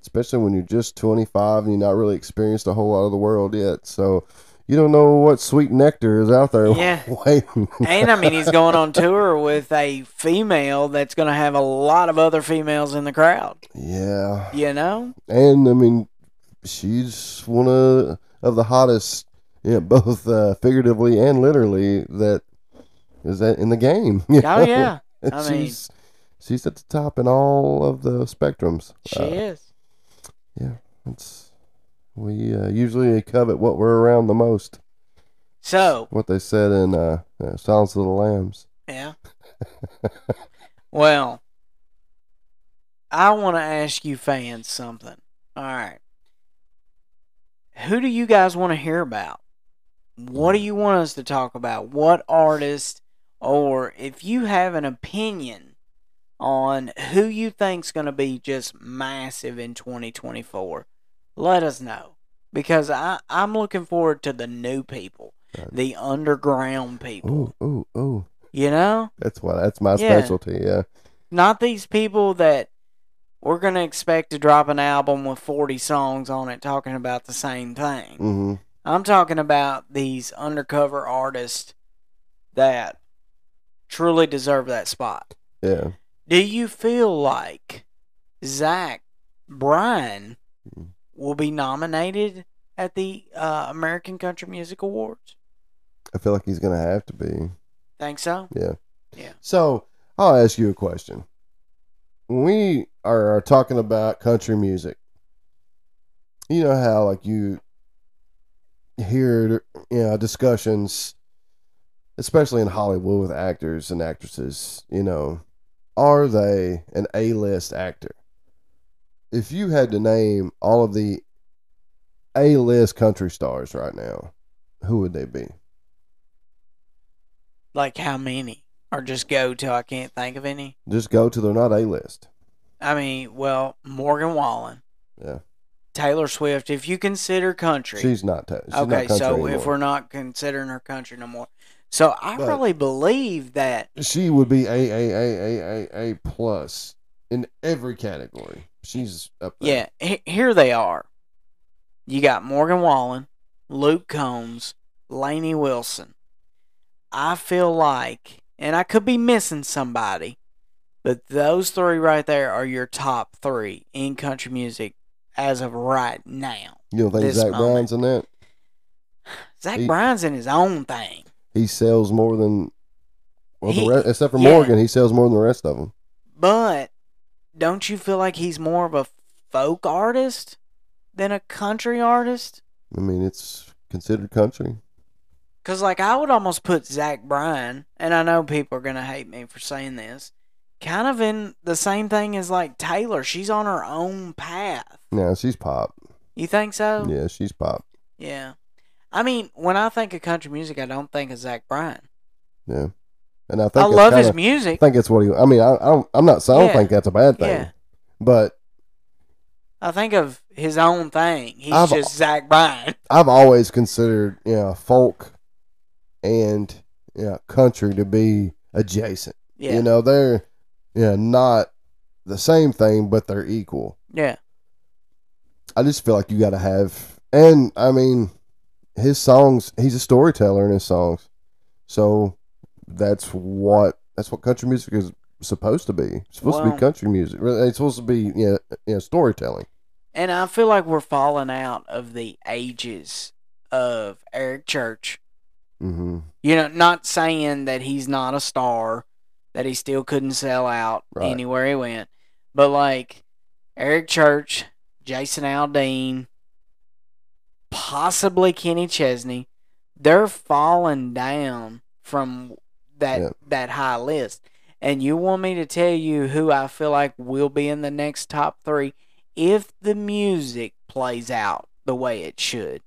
Speaker 3: especially when you're just 25 and you're not really experienced a whole lot of the world yet. So You don't know what sweet nectar is out there
Speaker 2: Yeah.
Speaker 3: [laughs] waiting.
Speaker 2: And I mean, he's going on tour with a female that's going to have a lot of other females in the crowd.
Speaker 3: [laughs] yeah.
Speaker 2: You know,
Speaker 3: And I mean, she's one of, of the hottest, you know, [laughs] both uh, figuratively and literally, that is that in the game. [laughs] you
Speaker 2: Oh,
Speaker 3: know?
Speaker 2: yeah.
Speaker 3: And
Speaker 2: I mean-
Speaker 3: she's, she's at the top in all of the spectrums.
Speaker 2: she
Speaker 3: Uh,
Speaker 2: is.
Speaker 3: It's, we uh, usually covet what we're around the most.
Speaker 2: So
Speaker 3: What they said in uh, uh, Silence of the Lambs.
Speaker 2: yeah. well, I want to ask you fans something. All right, who do you guys want to hear about? What do you want us to talk about? What artist, or if you have an opinion on who you think's going to be just massive in 2024, let us know because I, I'm looking forward to the new people,
Speaker 3: Right.
Speaker 2: the underground people.
Speaker 3: Ooh, ooh, ooh.
Speaker 2: You know,
Speaker 3: That's why. That's my
Speaker 2: Yeah.
Speaker 3: specialty. Yeah.
Speaker 2: not these people that we're going to expect to drop an album with 40 songs on it talking about the same thing.
Speaker 3: hmm
Speaker 2: I'm talking about these undercover artists that truly deserve that spot.
Speaker 3: Yeah.
Speaker 2: Do you feel like Zach Bryan will be nominated at the uh, American Country Music Awards?
Speaker 3: I feel like he's gonna have to be.
Speaker 2: Think so?
Speaker 3: Yeah.
Speaker 2: Yeah.
Speaker 3: So I'll ask you a question. When we are, are talking about country music, you know how like you hear you know discussions, especially in Hollywood with actors and actresses. You know, are they an A list actor? If you had to name all of the A list country stars right now, who would they be?
Speaker 2: Like how many? Or just go till I can't think of any?
Speaker 3: Just go to they're not A list.
Speaker 2: I mean, well, Morgan Wallen,
Speaker 3: Yeah.
Speaker 2: Taylor Swift, if you consider country.
Speaker 3: She's not. Ta- she's not
Speaker 2: okay,
Speaker 3: country
Speaker 2: so
Speaker 3: anymore.
Speaker 2: if we're not considering her country no more. So I
Speaker 3: But-
Speaker 2: really believe that
Speaker 3: she would be a a a a a a plus in every category. She's up there.
Speaker 2: Yeah, he- here they are. You got Morgan Wallen, Luke Combs, Laney Wilson. I feel like, and I could be missing somebody, but those three right there are your top three in country music as of right now.
Speaker 3: You don't think
Speaker 2: This
Speaker 3: Zach
Speaker 2: moment.
Speaker 3: Bryan's in that?
Speaker 2: Zach
Speaker 3: He-
Speaker 2: Bryan's in his own thing.
Speaker 3: He sells more than well,
Speaker 2: He-
Speaker 3: the rest, except for
Speaker 2: yeah.
Speaker 3: Morgan, he sells more than the rest of them.
Speaker 2: But don't you feel like he's more of a folk artist than a country artist?
Speaker 3: I mean, it's considered country.
Speaker 2: Because, like, I would almost put Zach Bryan, and I know people are going to hate me for saying this, kind of in the same thing as, like, Taylor. She's on her own path.
Speaker 3: No, she's pop.
Speaker 2: You think so?
Speaker 3: Yeah, she's pop.
Speaker 2: Yeah. I mean, when I think of country music, I don't think of Zach Bryan.
Speaker 3: Yeah, and I think
Speaker 2: I,
Speaker 3: it's
Speaker 2: love his
Speaker 3: kinda- I
Speaker 2: music.
Speaker 3: think it's what he. I mean, I, I don't. I'm not. so I don't
Speaker 2: Yeah.
Speaker 3: think that's a bad thing.
Speaker 2: Yeah.
Speaker 3: But
Speaker 2: I think of his own thing. He's
Speaker 3: I've-
Speaker 2: just Zach Bryan.
Speaker 3: I've always considered you know folk and you know, country to be adjacent.
Speaker 2: Yeah.
Speaker 3: You know, they're you know, not the same thing, but they're equal.
Speaker 2: yeah.
Speaker 3: I just feel like you got to have, and I mean, his songs. He's a storyteller in his songs, so that's what that's what country music is supposed to be. It's supposed to
Speaker 2: Well-
Speaker 3: be country music. Really, It's supposed to be you know, you know, storytelling.
Speaker 2: And I feel like we're falling out of the ages of Eric Church
Speaker 3: hmm
Speaker 2: You know, not saying that he's not a star, that he still couldn't sell out
Speaker 3: Right.
Speaker 2: anywhere he went, but like Eric Church, Jason Aldean, possibly Kenny Chesney, they're falling down from that
Speaker 3: Yeah.
Speaker 2: that high list. And you want me to tell you who I feel like will be in the next top three if the music plays out the way it should?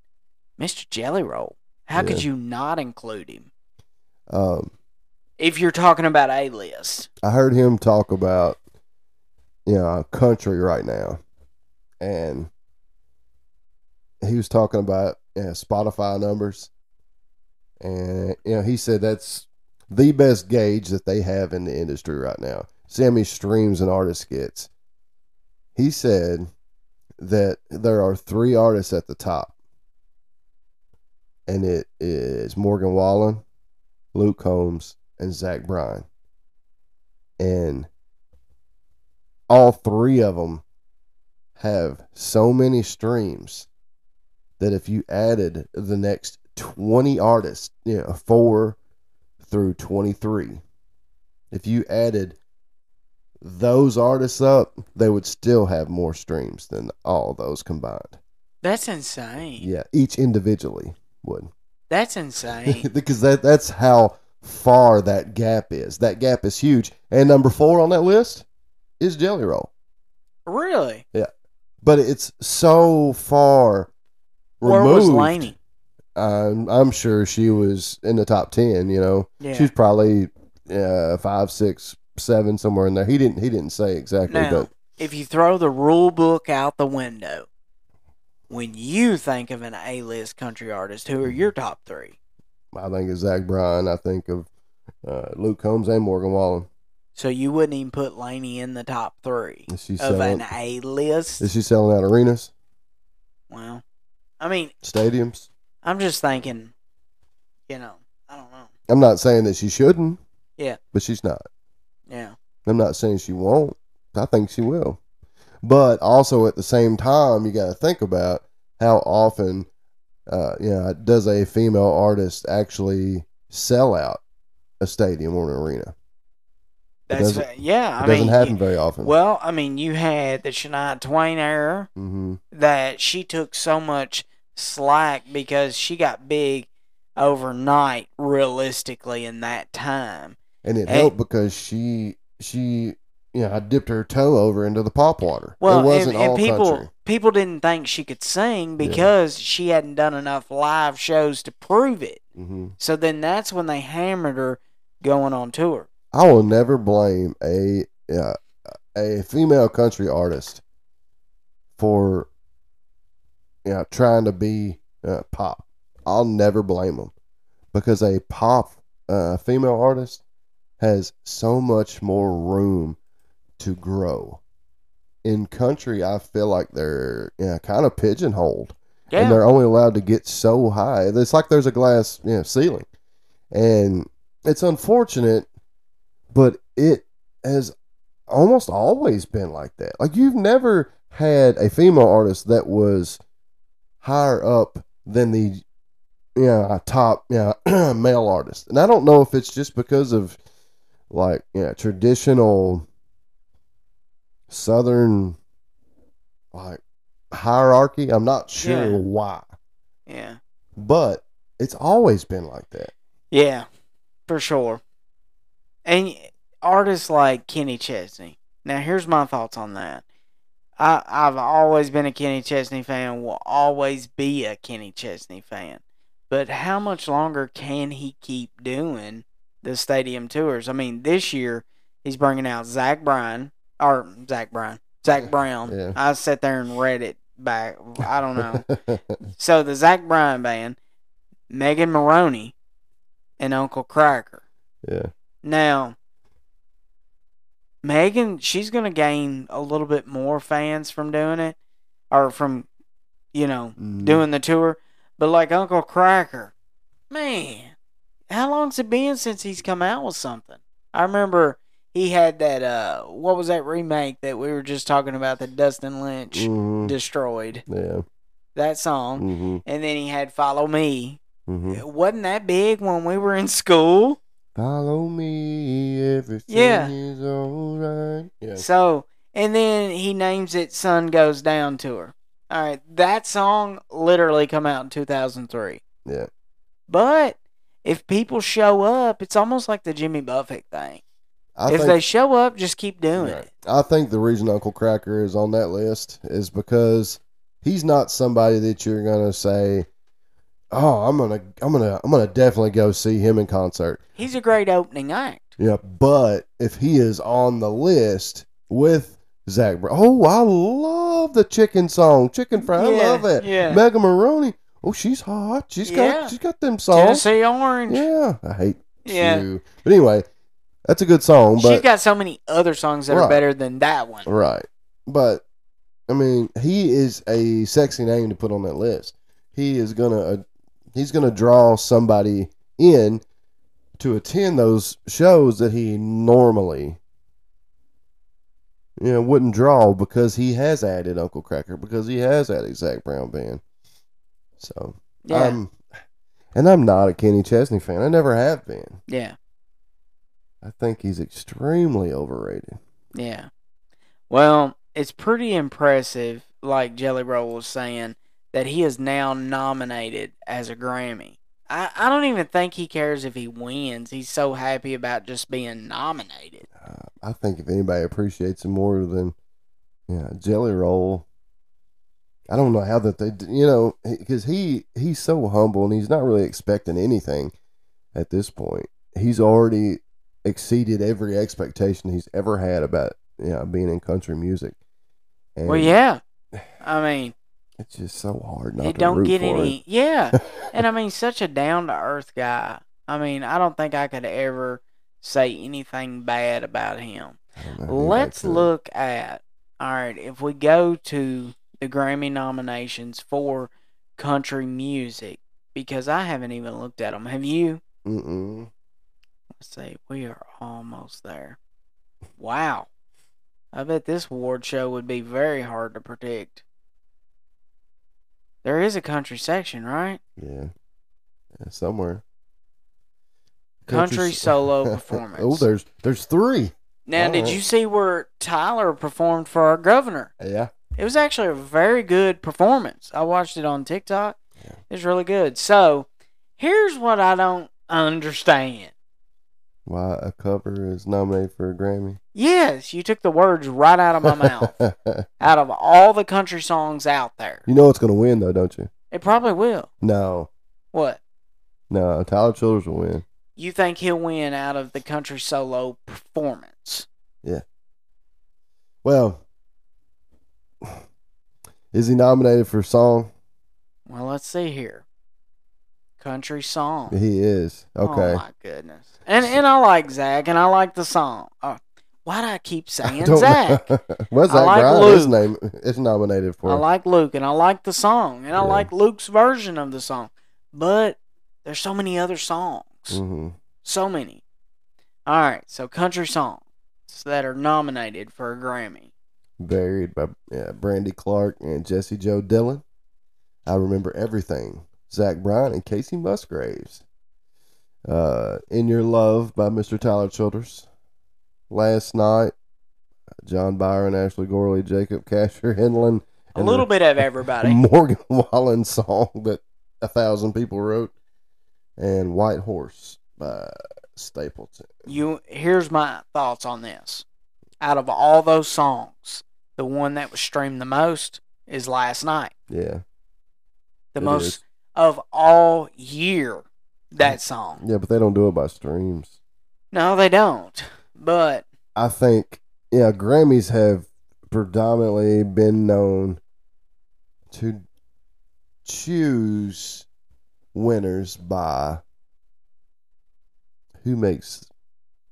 Speaker 2: Mr. Jelly Roll. How could you not include him?
Speaker 3: Um,
Speaker 2: If you're talking about A list.
Speaker 3: I heard him talk about you know country right now, and he was talking about you know, Spotify numbers, and you know he said that's the best gauge that they have in the industry right now. See how many streams an artist gets. He said that there are three artists at the top, and it is Morgan Wallen, Luke Combs, and Zach Bryan. And all three of them have so many streams that if you added the next 20 artists, you know, 4 through 23, if you added those artists up, they would still have more streams than all those combined.
Speaker 2: That's insane.
Speaker 3: Yeah, each individually would.
Speaker 2: That's
Speaker 3: [laughs]
Speaker 2: insane.
Speaker 3: because that that's how far that gap is. That gap is huge. And number 4 on that list is Jelly Roll.
Speaker 2: really?
Speaker 3: But it's so far
Speaker 2: Where
Speaker 3: removed.
Speaker 2: was Laney?
Speaker 3: I'm, I'm sure she was in the top 10, you know.
Speaker 2: Yeah.
Speaker 3: She was probably uh, 5, 6, 7 somewhere in there. He didn't he didn't say exactly,
Speaker 2: Now,
Speaker 3: but
Speaker 2: if you throw the rule book out the window, when you think of an A list country artist, who are your top three?
Speaker 3: I think of Zach Bryan, I think of uh, Luke Combs and Morgan Wallen.
Speaker 2: So you wouldn't even put Laney in the top three
Speaker 3: Is she
Speaker 2: of an
Speaker 3: selling-
Speaker 2: A list.
Speaker 3: Is she selling out arenas,
Speaker 2: well, I mean,
Speaker 3: stadiums?
Speaker 2: I'm just thinking, you know, I don't know.
Speaker 3: I'm not saying that she shouldn't,
Speaker 2: Yeah,
Speaker 3: but she's not.
Speaker 2: yeah,
Speaker 3: I'm not saying she won't. I think she will. But also at the same time, you got to think about how often, uh, you know, does a female artist actually sell out a stadium or an arena?
Speaker 2: that's
Speaker 3: doesn't-
Speaker 2: yeah.
Speaker 3: It
Speaker 2: I
Speaker 3: doesn't
Speaker 2: mean,
Speaker 3: happen
Speaker 2: you-
Speaker 3: very often.
Speaker 2: well, I mean, you had the Shania Twain era.
Speaker 3: hmm
Speaker 2: that she took so much slack because she got big overnight realistically in that time.
Speaker 3: and it
Speaker 2: Hey.
Speaker 3: helped because she she you know dipped her toe over into the pop water.
Speaker 2: Well,
Speaker 3: it wasn't
Speaker 2: and, and
Speaker 3: all
Speaker 2: people
Speaker 3: country.
Speaker 2: people didn't think she could sing
Speaker 3: Yeah.
Speaker 2: because she hadn't done enough live shows to prove it.
Speaker 3: hmm
Speaker 2: So then that's when they hammered her going on tour.
Speaker 3: I will never blame a uh, a female country artist for you know, trying to be uh, pop. I'll never blame them because a pop uh, female artist has so much more room to grow. In country, I feel like they're you know, kind of pigeonholed and
Speaker 2: Yeah.
Speaker 3: they're only allowed to get so high. It's like there's a glass you know, ceiling, and it's unfortunate, but it has almost always been like that. Like you've never had a female artist that was higher up than the you know, top you know, [clears throat] male artist, and I don't know if it's just because of like you know, traditional southern like hierarchy. I'm not sure
Speaker 2: Yeah.
Speaker 3: why
Speaker 2: Yeah.
Speaker 3: but it's always been like that.
Speaker 2: Yeah. For sure. And artists like Kenny Chesney. Now, here's my thoughts on that. I, I've always been a Kenny Chesney fan, will always be a Kenny Chesney fan. But how much longer can he keep doing the stadium tours? I mean, this year he's bringing out Zach Bryan, or Zach Bryan,
Speaker 3: [laughs]
Speaker 2: Zach Brown.
Speaker 3: Yeah.
Speaker 2: I sat there and read it back. I don't know. So the Zach Bryan band, Megan Maroney, and Uncle Cracker.
Speaker 3: [laughs] yeah.
Speaker 2: Now, Megan, she's gonna gain a little bit more fans from doing it, or from, you know,
Speaker 3: Mm-hmm.
Speaker 2: doing the tour. But like Uncle Cracker, man, how long's it been since he's come out with something? I remember he had that. Uh, what was that remake that we were just talking about that Dustin Lynch
Speaker 3: Mhm.
Speaker 2: destroyed?
Speaker 3: Yeah.
Speaker 2: That song
Speaker 3: hmm
Speaker 2: and then he had Follow Me.
Speaker 3: hmm
Speaker 2: It wasn't that big when we were in school.
Speaker 3: Follow me, everything
Speaker 2: Yeah.
Speaker 3: is alright. Yeah.
Speaker 2: So, and then he names it Sun Goes Down Tour. All right, that song literally come out in 2003.
Speaker 3: yeah.
Speaker 2: But if people show up, it's almost like the Jimmy Buffett thing.
Speaker 3: I
Speaker 2: if
Speaker 3: think,
Speaker 2: they show up, just keep doing
Speaker 3: Right.
Speaker 2: it.
Speaker 3: I think the reason Uncle Cracker is on that list is because he's not somebody that you're gonna say, "Oh, I'm gonna, I'm gonna, I'm gonna definitely go see him in concert."
Speaker 2: He's a great opening act.
Speaker 3: Yeah, but if he is on the list with Zach, Br- oh, I love the chicken song, chicken fry, I
Speaker 2: Yeah,
Speaker 3: love it.
Speaker 2: yeah.
Speaker 3: Megan Maroney, oh, she's hot. She's
Speaker 2: Yeah.
Speaker 3: got she's got them songs.
Speaker 2: Tennessee Orange.
Speaker 3: Yeah, I hate
Speaker 2: Yeah.
Speaker 3: you. But anyway, that's a good song. But
Speaker 2: She's got so many other songs that
Speaker 3: Right.
Speaker 2: are better than that one.
Speaker 3: Right. But I mean, he is a sexy name to put on that list. He is gonna uh, he's going to draw somebody in to attend those shows that he normally you know wouldn't draw because he has added Uncle Cracker because he has added Zach Brown Band. So
Speaker 2: Yeah.
Speaker 3: I'm and I'm not a Kenny Chesney fan. I never have been.
Speaker 2: yeah.
Speaker 3: I think he's extremely overrated.
Speaker 2: Yeah. Well, it's pretty impressive, like Jelly Roll was saying, that he is now nominated as a Grammy. I, I don't even think he cares if he wins. He's so happy about just being nominated.
Speaker 3: Uh, I think if anybody appreciates him more than yeah, Jelly Roll, I don't know how that they d- you know because he he's so humble and he's not really expecting anything at this point. He's already exceeded every expectation he's ever had about yeah being in country music. And
Speaker 2: Well, yeah. I mean,
Speaker 3: it's just so hard [sighs] not
Speaker 2: it
Speaker 3: to
Speaker 2: don't
Speaker 3: root
Speaker 2: get
Speaker 3: for
Speaker 2: any.
Speaker 3: him.
Speaker 2: [laughs] Yeah. and
Speaker 3: [laughs]
Speaker 2: I mean, such a down to earth guy. I mean, I don't think I could ever say anything bad about him.
Speaker 3: I don't know if anybody
Speaker 2: Let's
Speaker 3: could.
Speaker 2: look at all right. If we go to the Grammy nominations for country music, because I haven't even looked at them. Have you?
Speaker 3: Mm-mm.
Speaker 2: Let's see. We are almost there. Wow. I bet this award show would be very hard to predict. There is a country section, right?
Speaker 3: Yeah. yeah, somewhere.
Speaker 2: Country
Speaker 3: s-
Speaker 2: solo
Speaker 3: [laughs] oh,
Speaker 2: performance.
Speaker 3: there's there's three.
Speaker 2: Now,
Speaker 3: all
Speaker 2: did
Speaker 3: right.
Speaker 2: you see where Tyler performed for our governor?
Speaker 3: Yeah.
Speaker 2: It was actually a very good performance. I watched it on TikTok. It was really good. So, here's what I don't understand.
Speaker 3: Why a cover is nominated for a Grammy?
Speaker 2: Yes, you took the words right out of my mouth. Out of all the country songs out there,
Speaker 3: [laughs] you know it's gonna win though, don't you?
Speaker 2: it probably will.
Speaker 3: No,
Speaker 2: What?
Speaker 3: no. Tyler Childers will win.
Speaker 2: You think he'll win out of the country solo performance?
Speaker 3: Well, [sighs] is he nominated for song?
Speaker 2: Well, let's see here. Country song.
Speaker 3: He is. Okay. [laughs]
Speaker 2: Oh my goodness. And and I like Zach, and I like the song. Uh, why do I keep saying
Speaker 3: Don't know.
Speaker 2: Zach?
Speaker 3: [laughs] What's
Speaker 2: I
Speaker 3: that
Speaker 2: like
Speaker 3: Grind? His
Speaker 2: Luke.
Speaker 3: name is nominated for.
Speaker 2: I like Luke and I like the song and I
Speaker 3: Yeah.
Speaker 2: like Luke's version of the song. But there's so many other songs.
Speaker 3: Mhm.
Speaker 2: So many. All right, so country songs that are nominated for a Grammy.
Speaker 3: Buried by yeah, Brandy Clark and Jesse Joe Dillon. I remember everything. Zach Bryan and Casey Musgraves. Uh, In Your Love by Mr. Tyler Childers. Last Night, John Byron, Ashley Gorley, Jacob [laughs] Casher, Henlin.
Speaker 2: A little bit
Speaker 3: [laughs]
Speaker 2: of everybody.
Speaker 3: Morgan Wallen song that a thousand people wrote. And White Horse by Stapleton.
Speaker 2: You here's my thoughts on this. Out of all those songs, the one that was streamed the most is last night.
Speaker 3: Yeah.
Speaker 2: The
Speaker 3: It
Speaker 2: most
Speaker 3: is. Mm.
Speaker 2: of all year that song.
Speaker 3: Yeah, but they don't do it by streams.
Speaker 2: No, they don't. But
Speaker 3: I think yeah, Grammys have predominantly been known to choose winners by who makes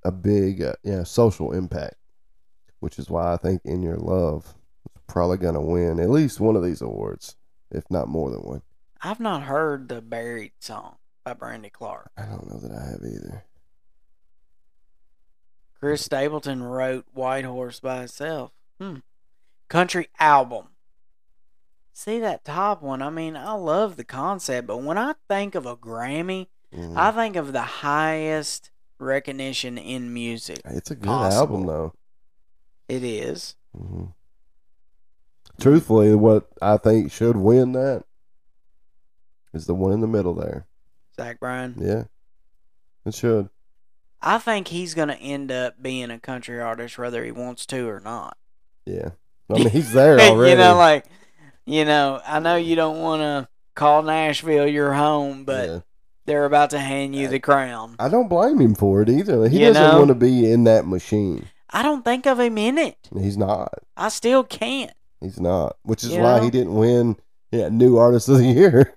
Speaker 3: a big uh, yeah social impact, which is why I think In Your Love is probably gonna win at least one of these awards, if not more than one.
Speaker 2: I've not heard the Buried song by Brandy Clark.
Speaker 3: I don't know that I have either.
Speaker 2: Chris Stapleton wrote White Horse by itself. Hmm. Country album. See that top one? I mean, I love the concept, but when I think of a Grammy,
Speaker 3: Mm.
Speaker 2: I think of the highest recognition in music.
Speaker 3: it's a good
Speaker 2: Possible.
Speaker 3: album though.
Speaker 2: It is.
Speaker 3: hmm Truthfully, what I think should win that is the one in the middle there.
Speaker 2: Zach Bryan.
Speaker 3: Yeah, it should.
Speaker 2: I think he's going to end up being a country artist, whether he wants to or not.
Speaker 3: Yeah, I mean he's there
Speaker 2: [laughs]
Speaker 3: already.
Speaker 2: you know, like, you know, I know you don't want to call Nashville your home, but
Speaker 3: Yeah.
Speaker 2: they're about to hand you the crown.
Speaker 3: I don't blame him for it either. He
Speaker 2: You
Speaker 3: doesn't
Speaker 2: know?
Speaker 3: want to be in that machine.
Speaker 2: I don't think of him in it.
Speaker 3: He's not.
Speaker 2: I still
Speaker 3: [laughs]
Speaker 2: can't.
Speaker 3: He's not. Which is
Speaker 2: You
Speaker 3: why
Speaker 2: know?
Speaker 3: he didn't win. Yeah, new artist of the year,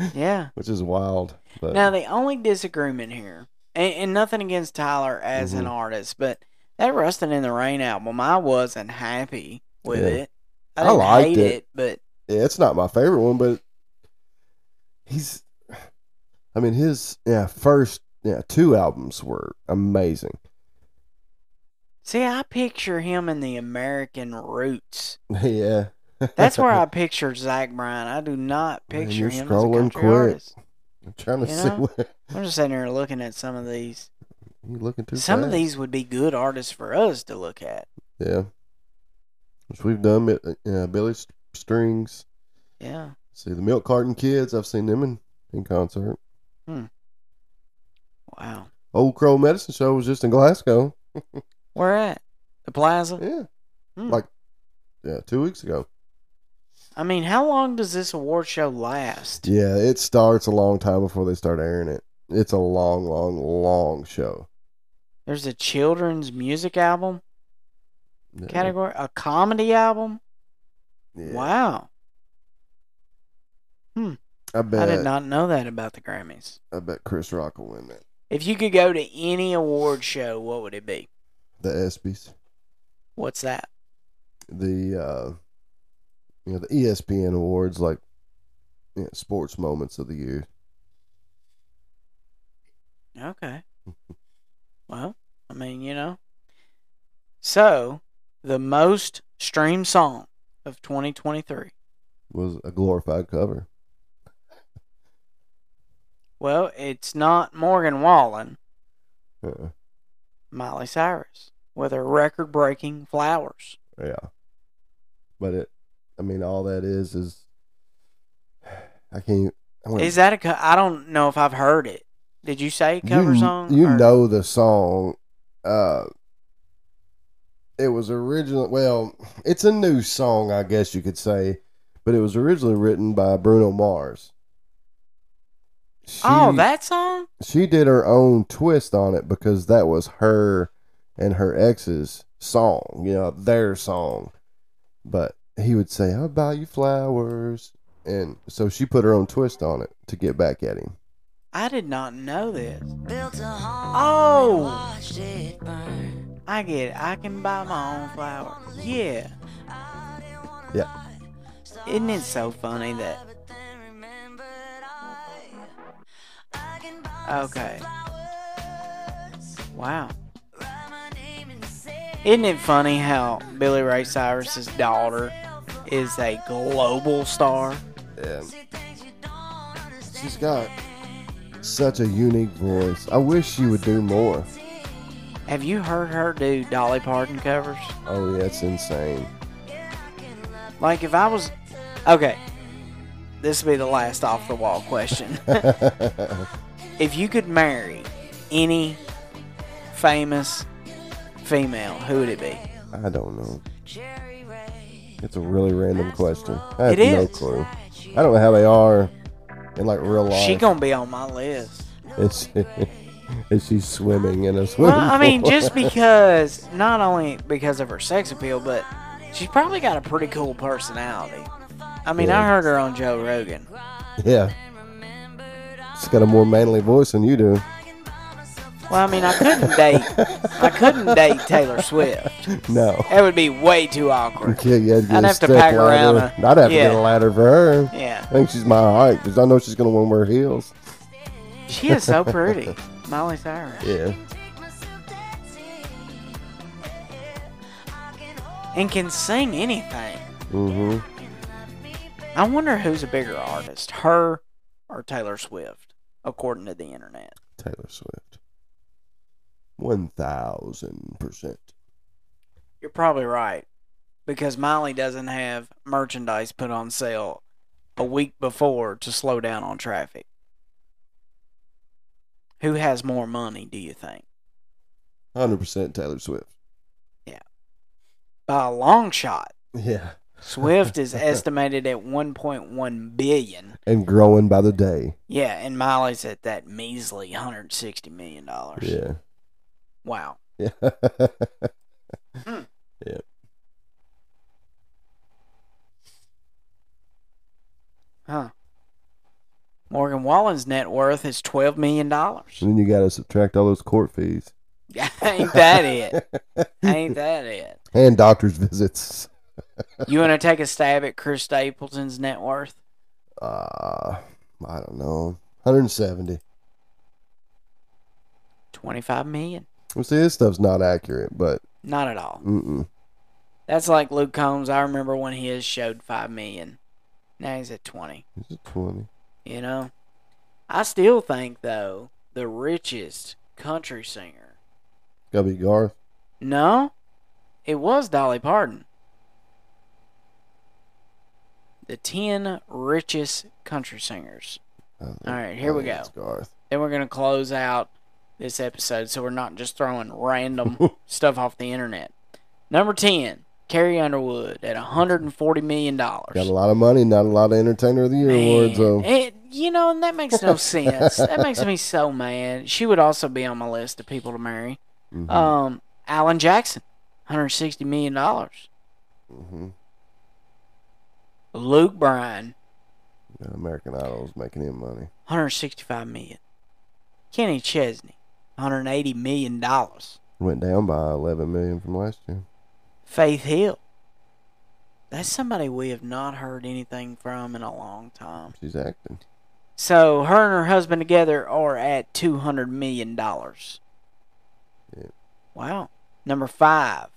Speaker 3: [laughs]
Speaker 2: Yeah.
Speaker 3: which is wild. But
Speaker 2: Now, the only disagreement here, and, and nothing against Tyler as an
Speaker 3: Mhm.
Speaker 2: artist, but that Rustin in the Rain album, I wasn't happy with
Speaker 3: Yeah.
Speaker 2: it. I,
Speaker 3: I
Speaker 2: didn't
Speaker 3: liked
Speaker 2: hate
Speaker 3: it.
Speaker 2: it, but
Speaker 3: yeah, it's not my favorite one. But he's I mean, his yeah first yeah two albums were amazing.
Speaker 2: See, I picture him in the American
Speaker 3: [laughs]
Speaker 2: roots.
Speaker 3: [laughs] yeah,
Speaker 2: That's where I picture Zach Bryan. I do not
Speaker 3: Man,
Speaker 2: picture
Speaker 3: you're
Speaker 2: him as
Speaker 3: scrolling
Speaker 2: a country
Speaker 3: quick.
Speaker 2: artist.
Speaker 3: [laughs] I'm trying to
Speaker 2: you
Speaker 3: see
Speaker 2: know?
Speaker 3: what [laughs]
Speaker 2: I'm just sitting here looking at some of these.
Speaker 3: you looking too.
Speaker 2: some of
Speaker 3: fast.
Speaker 2: these would be good artists for us to look at.
Speaker 3: yeah, which we've done. it, uh, Yeah, Billy St- Strings.
Speaker 2: Yeah.
Speaker 3: See the Milk Carton Kids. I've seen them in in concert.
Speaker 2: Wow.
Speaker 3: Old Crow Medicine Show was just in Glasgow.
Speaker 2: Where at? The plaza?
Speaker 3: Yeah,
Speaker 2: Hmm.
Speaker 3: like yeah, two weeks ago.
Speaker 2: I mean, how long does this award show last?
Speaker 3: Yeah, it starts a long time before they start airing it. It's a long, long, long show.
Speaker 2: There's a children's music album
Speaker 3: Yeah.
Speaker 2: category, a comedy album.
Speaker 3: Yeah.
Speaker 2: Wow.
Speaker 3: I bet.
Speaker 2: I did not know that about the Grammys.
Speaker 3: I bet Chris Rock will win that.
Speaker 2: If you could go to any award show, what would it be?
Speaker 3: The ESPYS,
Speaker 2: What's that?
Speaker 3: the uh, you know the E ESPN awards, like you know, sports moments of the year.
Speaker 2: Okay. Well, I mean, you know. So, the most streamed song of 2023.
Speaker 3: Was a glorified cover.
Speaker 2: Well, it's not Morgan Wallen,
Speaker 3: Uh,
Speaker 2: Miley Cyrus, with her record breaking Flowers.
Speaker 3: yeah, but it. I mean, all that is is. I can't. I don't-
Speaker 2: Is that a co- I don't know if I've heard it. Did you say cover
Speaker 3: you,
Speaker 2: song?
Speaker 3: You
Speaker 2: or-
Speaker 3: know the song. Uh, it was originally well, it's a new song, I guess you could say, but it was originally written by Bruno Mars. She,
Speaker 2: Oh, that song?
Speaker 3: she did her own twist on it because that was her and her ex's song, you know, their song. But he would say, "I'll buy you flowers," and so she put her own twist on it to get back at him.
Speaker 2: I did not know this.
Speaker 5: Built a home.
Speaker 2: Oh.
Speaker 5: and Watched it burn.
Speaker 2: I get it. I can buy my own flower. Yeah.
Speaker 5: I didn't wanna
Speaker 3: Yeah.
Speaker 5: lie.
Speaker 2: Isn't it so funny that.
Speaker 5: But then remembered I, I can buy
Speaker 2: Okay.
Speaker 5: flowers.
Speaker 2: Wow.
Speaker 5: Write my name and say
Speaker 2: Isn't it funny how Billy Ray Cyrus's daughter is a global star?
Speaker 3: And
Speaker 5: she thinks you don't understand.
Speaker 3: She's got such a unique voice. I wish she would do more.
Speaker 2: Have you heard her do Dolly Parton covers?
Speaker 3: Oh yeah, it's insane.
Speaker 2: Like, if I was. Okay. This will be the last off the wall question. if you could marry any famous female, who would it be?
Speaker 3: I don't know.
Speaker 5: Cherry Ray.
Speaker 3: It's a really random question. I have
Speaker 2: It
Speaker 3: no
Speaker 2: is.
Speaker 3: clue. I don't know how they are in like real life.
Speaker 2: She gonna be on my list.
Speaker 3: Is she, [laughs] is she swimming in a swimming
Speaker 2: Well, I mean,
Speaker 3: pool?
Speaker 2: just because not only because of her sex appeal, but she's probably got a pretty cool personality. I mean, I
Speaker 3: Yeah.
Speaker 2: heard her on Joe Rogan.
Speaker 3: [laughs] yeah. She's got a more manly voice than you do. [laughs]
Speaker 2: Well, I mean, I couldn't date, I couldn't date Taylor Swift.
Speaker 3: No.
Speaker 2: That would be way too awkward.
Speaker 3: [laughs] Yeah, you had to get
Speaker 2: I'd
Speaker 3: a
Speaker 2: have to
Speaker 3: step
Speaker 2: pack around
Speaker 3: ladder.
Speaker 2: a-
Speaker 3: I'd have to
Speaker 2: yeah.
Speaker 3: get a ladder for her. I
Speaker 2: Yeah,
Speaker 3: think she's my height because I know she's gonna want to wear heels.
Speaker 2: she is so pretty, Miley Cyrus.
Speaker 3: Yeah.
Speaker 2: and can sing anything.
Speaker 3: Mm-hmm.
Speaker 2: I wonder who's a bigger artist, her or Taylor Swift, according to the internet.
Speaker 3: Taylor Swift. One thousand percent.
Speaker 2: You're probably right. Because Miley doesn't have merchandise put on sale a week before to slow down on traffic. Who has more money, do you think?
Speaker 3: Hundred percent Taylor Swift.
Speaker 2: By a long shot,
Speaker 3: Yeah.
Speaker 2: Swift is estimated at 1.1 billion.
Speaker 3: And growing by the day.
Speaker 2: Yeah, and Miley's at that measly 160 million dollars.
Speaker 3: [laughs] Yeah.
Speaker 2: Wow.
Speaker 3: Yeah.
Speaker 2: Huh. Morgan Wallen's net worth is 12 million dollars.
Speaker 3: and then you gotta subtract all those court fees.
Speaker 2: [laughs] Ain't that it? Ain't that it?
Speaker 3: And doctor's visits.
Speaker 2: You want to take a stab at Chris Stapleton's net worth?
Speaker 3: Uh I don't know. Hundred and seventy.
Speaker 2: 25 million.
Speaker 3: Well, see, this stuff's not accurate, but
Speaker 2: Not at all.
Speaker 3: mm-mm.
Speaker 2: That's like Luke Combs. I remember when his showed 5 million. Now he's at 20.
Speaker 3: Is it 20?
Speaker 2: You know? I still think, though, the richest country singer.
Speaker 3: Gotta be Garth.
Speaker 2: No, it was Dolly Parton. The 10 richest country singers.
Speaker 3: I think-
Speaker 2: All right, here
Speaker 3: I
Speaker 2: we
Speaker 3: think
Speaker 2: go.
Speaker 3: It's Garth.
Speaker 2: Then we're going to close out this episode so we're not just throwing
Speaker 3: [laughs]
Speaker 2: random stuff off the internet. Number 10, Carrie Underwood at $140 million.
Speaker 3: Got a lot of money, not a lot of Entertainer of the Year awards,
Speaker 2: Man,
Speaker 3: though.
Speaker 2: it- you know, and that makes
Speaker 3: [laughs]
Speaker 2: no sense. That makes me so mad. She would also be on my list of people to marry.
Speaker 3: Mm-hmm.
Speaker 2: Um, Alan Jackson, $160 million.
Speaker 3: hmm
Speaker 2: Luke Bryan,
Speaker 3: American Idol's making him money.
Speaker 2: $165 million. Kenny Chesney, $180 million.
Speaker 3: Went down by 11 million from last year.
Speaker 2: Faith Hill. That's somebody we have not heard anything from in a long time.
Speaker 3: She's acting.
Speaker 2: So her and her husband together are at two hundred million dollars.
Speaker 3: Yeah.
Speaker 2: Wow. Number five,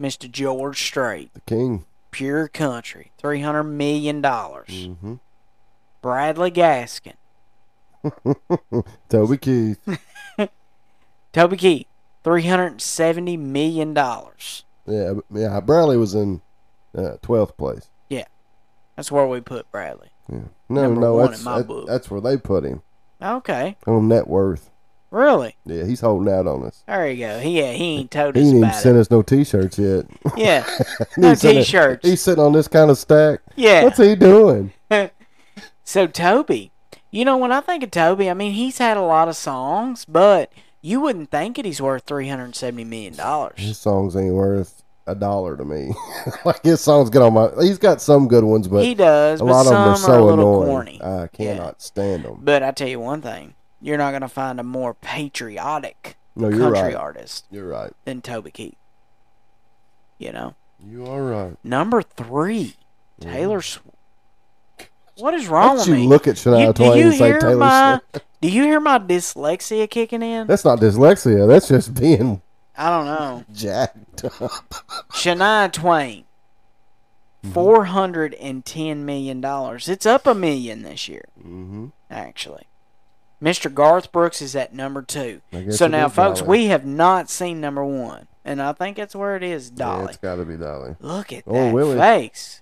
Speaker 2: Mr. George Strait,
Speaker 3: The King.
Speaker 2: Pure Country, three hundred million dollars.
Speaker 3: hmm
Speaker 2: Bradley Gaskin,
Speaker 3: [laughs] Toby Keith.
Speaker 2: Toby Keith, three hundred seventy million dollars.
Speaker 3: Yeah, but- yeah. Bradley was in uh, 12th place.
Speaker 2: That's where we put Bradley.
Speaker 3: Yeah. No,
Speaker 2: Number
Speaker 3: no,
Speaker 2: one
Speaker 3: that's
Speaker 2: in my
Speaker 3: that-
Speaker 2: book.
Speaker 3: that's where they put him
Speaker 2: Okay,
Speaker 3: on net worth.
Speaker 2: really?
Speaker 3: Yeah, he's holding out on us.
Speaker 2: There you go. He yeah, he ain't told
Speaker 3: He
Speaker 2: us
Speaker 3: ain't even
Speaker 2: about
Speaker 3: sent
Speaker 2: it.
Speaker 3: us no
Speaker 2: [laughs]
Speaker 3: T-shirts yet.
Speaker 2: Yeah,
Speaker 3: [laughs] He
Speaker 2: no
Speaker 3: ain't sent a-
Speaker 2: t-shirts.
Speaker 3: He's sitting on this kind of stack.
Speaker 2: Yeah.
Speaker 3: What's he doing?
Speaker 2: So Toby, you know when I think of Toby, I mean he's had a lot of songs, but you wouldn't think it. He's worth three hundred seventy million dollars.
Speaker 3: His songs ain't worth a dollar to me. [laughs] like his songs get on my. He's got some good ones, but
Speaker 2: He does,
Speaker 3: a
Speaker 2: but
Speaker 3: lot of them
Speaker 2: some
Speaker 3: are
Speaker 2: are a
Speaker 3: so
Speaker 2: little corny.
Speaker 3: annoying. I cannot stand them.
Speaker 2: But I tell you one thing, you're not gonna find a more patriotic
Speaker 3: No, you're
Speaker 2: country
Speaker 3: right.
Speaker 2: artist
Speaker 3: You're right.
Speaker 2: than Toby Keith. You know,
Speaker 3: You are right.
Speaker 2: number three, Taylor. Swift. What is wrong
Speaker 3: Mm.
Speaker 2: with
Speaker 3: Don't you
Speaker 2: me?
Speaker 3: look at Shania
Speaker 2: You- do
Speaker 3: Twain
Speaker 2: you
Speaker 3: and say
Speaker 2: hear
Speaker 3: Taylor
Speaker 2: my, [laughs] Do you hear my dyslexia kicking in?
Speaker 3: That's not dyslexia. That's just being [laughs]
Speaker 2: I don't know.
Speaker 3: jacked up.
Speaker 2: Shania Twain,
Speaker 3: Mm-hmm.
Speaker 2: four hundred and ten million dollars. It's up a million this year,
Speaker 3: Mm-hmm.
Speaker 2: actually. Mr. Garth Brooks is at number two.
Speaker 3: I guess
Speaker 2: So
Speaker 3: it
Speaker 2: now,
Speaker 3: is
Speaker 2: folks,
Speaker 3: Dolly.
Speaker 2: we have not seen number one, and I think that's where it is.
Speaker 3: Yeah,
Speaker 2: Dolly,
Speaker 3: it's got to be Dolly.
Speaker 2: look at
Speaker 3: Oh,
Speaker 2: that
Speaker 3: Willie.
Speaker 2: face,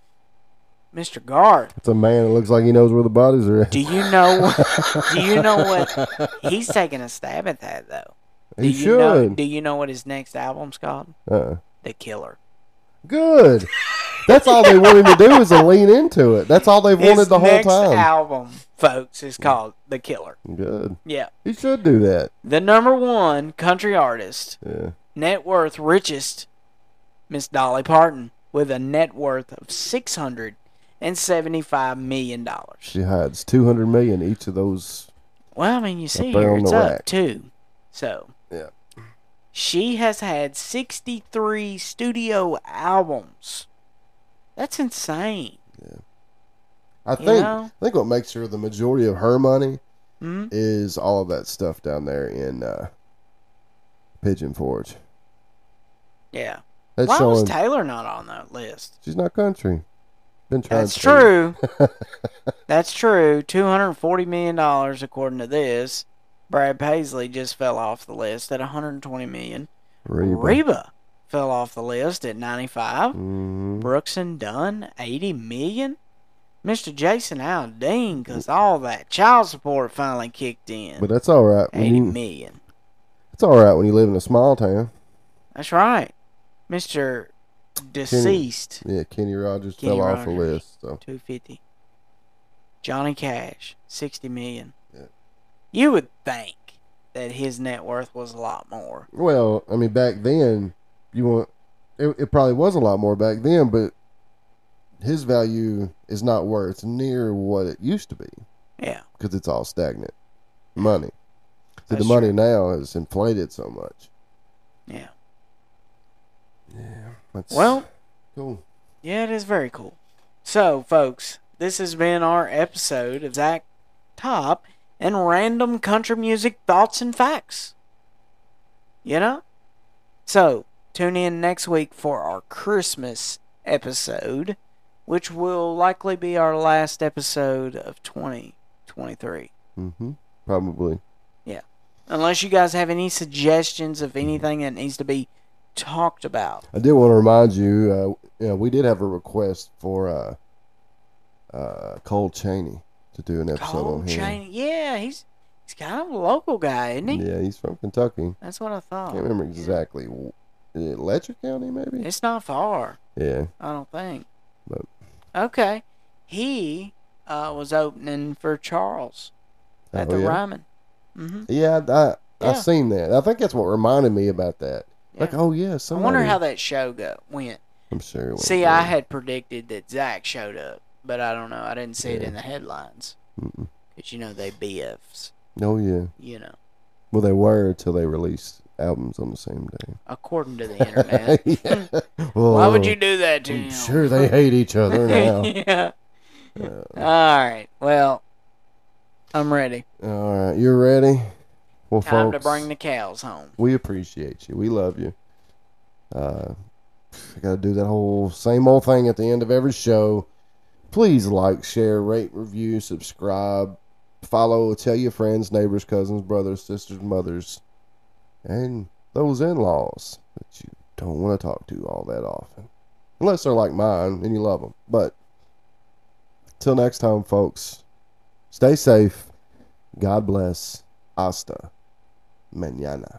Speaker 2: Mr. Garth.
Speaker 3: It's a man that looks like he knows where the bodies are at.
Speaker 2: Do you
Speaker 3: [laughs]
Speaker 2: know? What, do you know what he's taking a stab at that though? Do
Speaker 3: he
Speaker 2: you know?
Speaker 3: should.
Speaker 2: Do you know what his next album's called?
Speaker 3: uh-uh.
Speaker 2: The Killer.
Speaker 3: Good. That's all they want him to do is to lean into it. That's all they've wanted
Speaker 2: His
Speaker 3: the whole
Speaker 2: next
Speaker 3: time.
Speaker 2: album, folks, is called The Killer.
Speaker 3: Good.
Speaker 2: Yeah.
Speaker 3: He should do that.
Speaker 2: The number one country artist,
Speaker 3: Yeah.
Speaker 2: net worth richest, Miss Dolly Parton, with a net worth of six hundred and seventy-five million dollars.
Speaker 3: She hides two hundred million each of those.
Speaker 2: Well, I mean, you see
Speaker 3: there
Speaker 2: here
Speaker 3: on
Speaker 2: it's
Speaker 3: the
Speaker 2: up
Speaker 3: rack.
Speaker 2: too. So
Speaker 3: Yeah.
Speaker 2: she has had sixty-three studio albums. That's insane.
Speaker 3: I
Speaker 2: You
Speaker 3: think
Speaker 2: know?
Speaker 3: I think what makes her the majority of her money
Speaker 2: Hmm?
Speaker 3: is all of that stuff down there in uh, Pigeon Forge.
Speaker 2: Yeah.
Speaker 3: That's
Speaker 2: Why was
Speaker 3: showing
Speaker 2: Taylor not on that list?
Speaker 3: she's not country. Been trying.
Speaker 2: That's
Speaker 3: to tell you.
Speaker 2: true. That's true. Two hundred forty million dollars, according to this. Brad Paisley just fell off the list at one hundred twenty million.
Speaker 3: Reba.
Speaker 2: Reba. fell off the list at ninety five.
Speaker 3: Mhm.
Speaker 2: Brooks and Dunn eighty million. Mr. Jason Aldean, cause all that child support finally kicked in.
Speaker 3: But that's all right. When
Speaker 2: Eighty
Speaker 3: you,
Speaker 2: million.
Speaker 3: it's all right when you live in a small town.
Speaker 2: That's right. Mr. Deceased
Speaker 3: Yeah, Kenny Rogers
Speaker 2: Kenny
Speaker 3: fell off the
Speaker 2: Rogers.
Speaker 3: list. So
Speaker 2: two fifty. Johnny Cash, sixty million.
Speaker 3: Yeah.
Speaker 2: You would think that his net worth was a lot more.
Speaker 3: well, I mean, back then, you want it, it probably was a lot more back then, but his value is not worth near what it used to be
Speaker 2: Yeah.
Speaker 3: because it's all stagnant money. See, the
Speaker 2: That's
Speaker 3: money now is inflated so much.
Speaker 2: Yeah.
Speaker 3: That's
Speaker 2: Well,
Speaker 3: cool.
Speaker 2: yeah, it is very cool. So, folks, this has been our episode of Zach Top and Random Country Music Thoughts and Facts. You know? So, tune in next week for our Christmas episode, which will likely be our last episode of 2023.
Speaker 3: Mm-hmm. Probably.
Speaker 2: Unless you guys have any suggestions of anything that needs to be talked about.
Speaker 3: I did want to remind you, uh, you know, we did have a request for uh, uh, Cole Cheney to do an episode
Speaker 2: Cole
Speaker 3: on him.
Speaker 2: Chaney. Yeah, he's he's kind of a local guy, isn't he?
Speaker 3: Yeah, he's from Kentucky.
Speaker 2: That's what I thought.
Speaker 3: Can't remember exactly. w- Is it Letcher County, maybe?
Speaker 2: It's not far,
Speaker 3: yeah.
Speaker 2: I don't think.
Speaker 3: But-
Speaker 2: Okay. He uh, was opening for Charles at
Speaker 3: Oh,
Speaker 2: the
Speaker 3: yeah.
Speaker 2: Ryman. Mm-hmm.
Speaker 3: Yeah, I, I, I
Speaker 2: Yeah.
Speaker 3: seen that. I think that's what reminded me about that. Like,
Speaker 2: Yeah.
Speaker 3: oh yeah,
Speaker 2: I
Speaker 3: somebody.
Speaker 2: wonder how that show go, went.
Speaker 3: I'm sure. It was
Speaker 2: See, I had predicted that Zach showed up, but I don't know. I didn't see it
Speaker 3: Yeah.
Speaker 2: in the headlines.
Speaker 3: Mm-mm.
Speaker 2: Because, you know, they BFs,
Speaker 3: Oh yeah.
Speaker 2: you know,
Speaker 3: Well, they were until they released albums on the same
Speaker 2: [laughs]
Speaker 3: day.
Speaker 2: according to the
Speaker 3: [laughs]
Speaker 2: internet. Why
Speaker 3: Well,
Speaker 2: would you do that to
Speaker 3: Oh. I'm
Speaker 2: him?
Speaker 3: sure they hate each other now.
Speaker 2: [laughs] yeah. All right. Well, I'm ready.
Speaker 3: All right, you're ready. Well,
Speaker 2: Time
Speaker 3: folks,
Speaker 2: to bring the cows home.
Speaker 3: we appreciate you. We love you. Uh, I got to do that whole same old thing at the end of every show. Please like, share, rate, review, subscribe, follow, tell your friends, neighbors, cousins, brothers, sisters, mothers, and those in laws that you don't want to talk to all that often. Unless they're like mine and you love them. But till next time, folks, stay safe. God bless. Hasta mañana.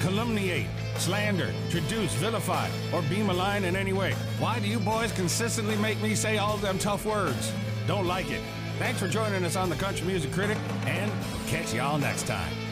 Speaker 1: calumniate, slander, traduce, vilify, or be malign in any way. Why do you boys consistently make me say all them tough words? Don't like it. Thanks for joining us on the Country Music Critic, and we'll catch y'all next time.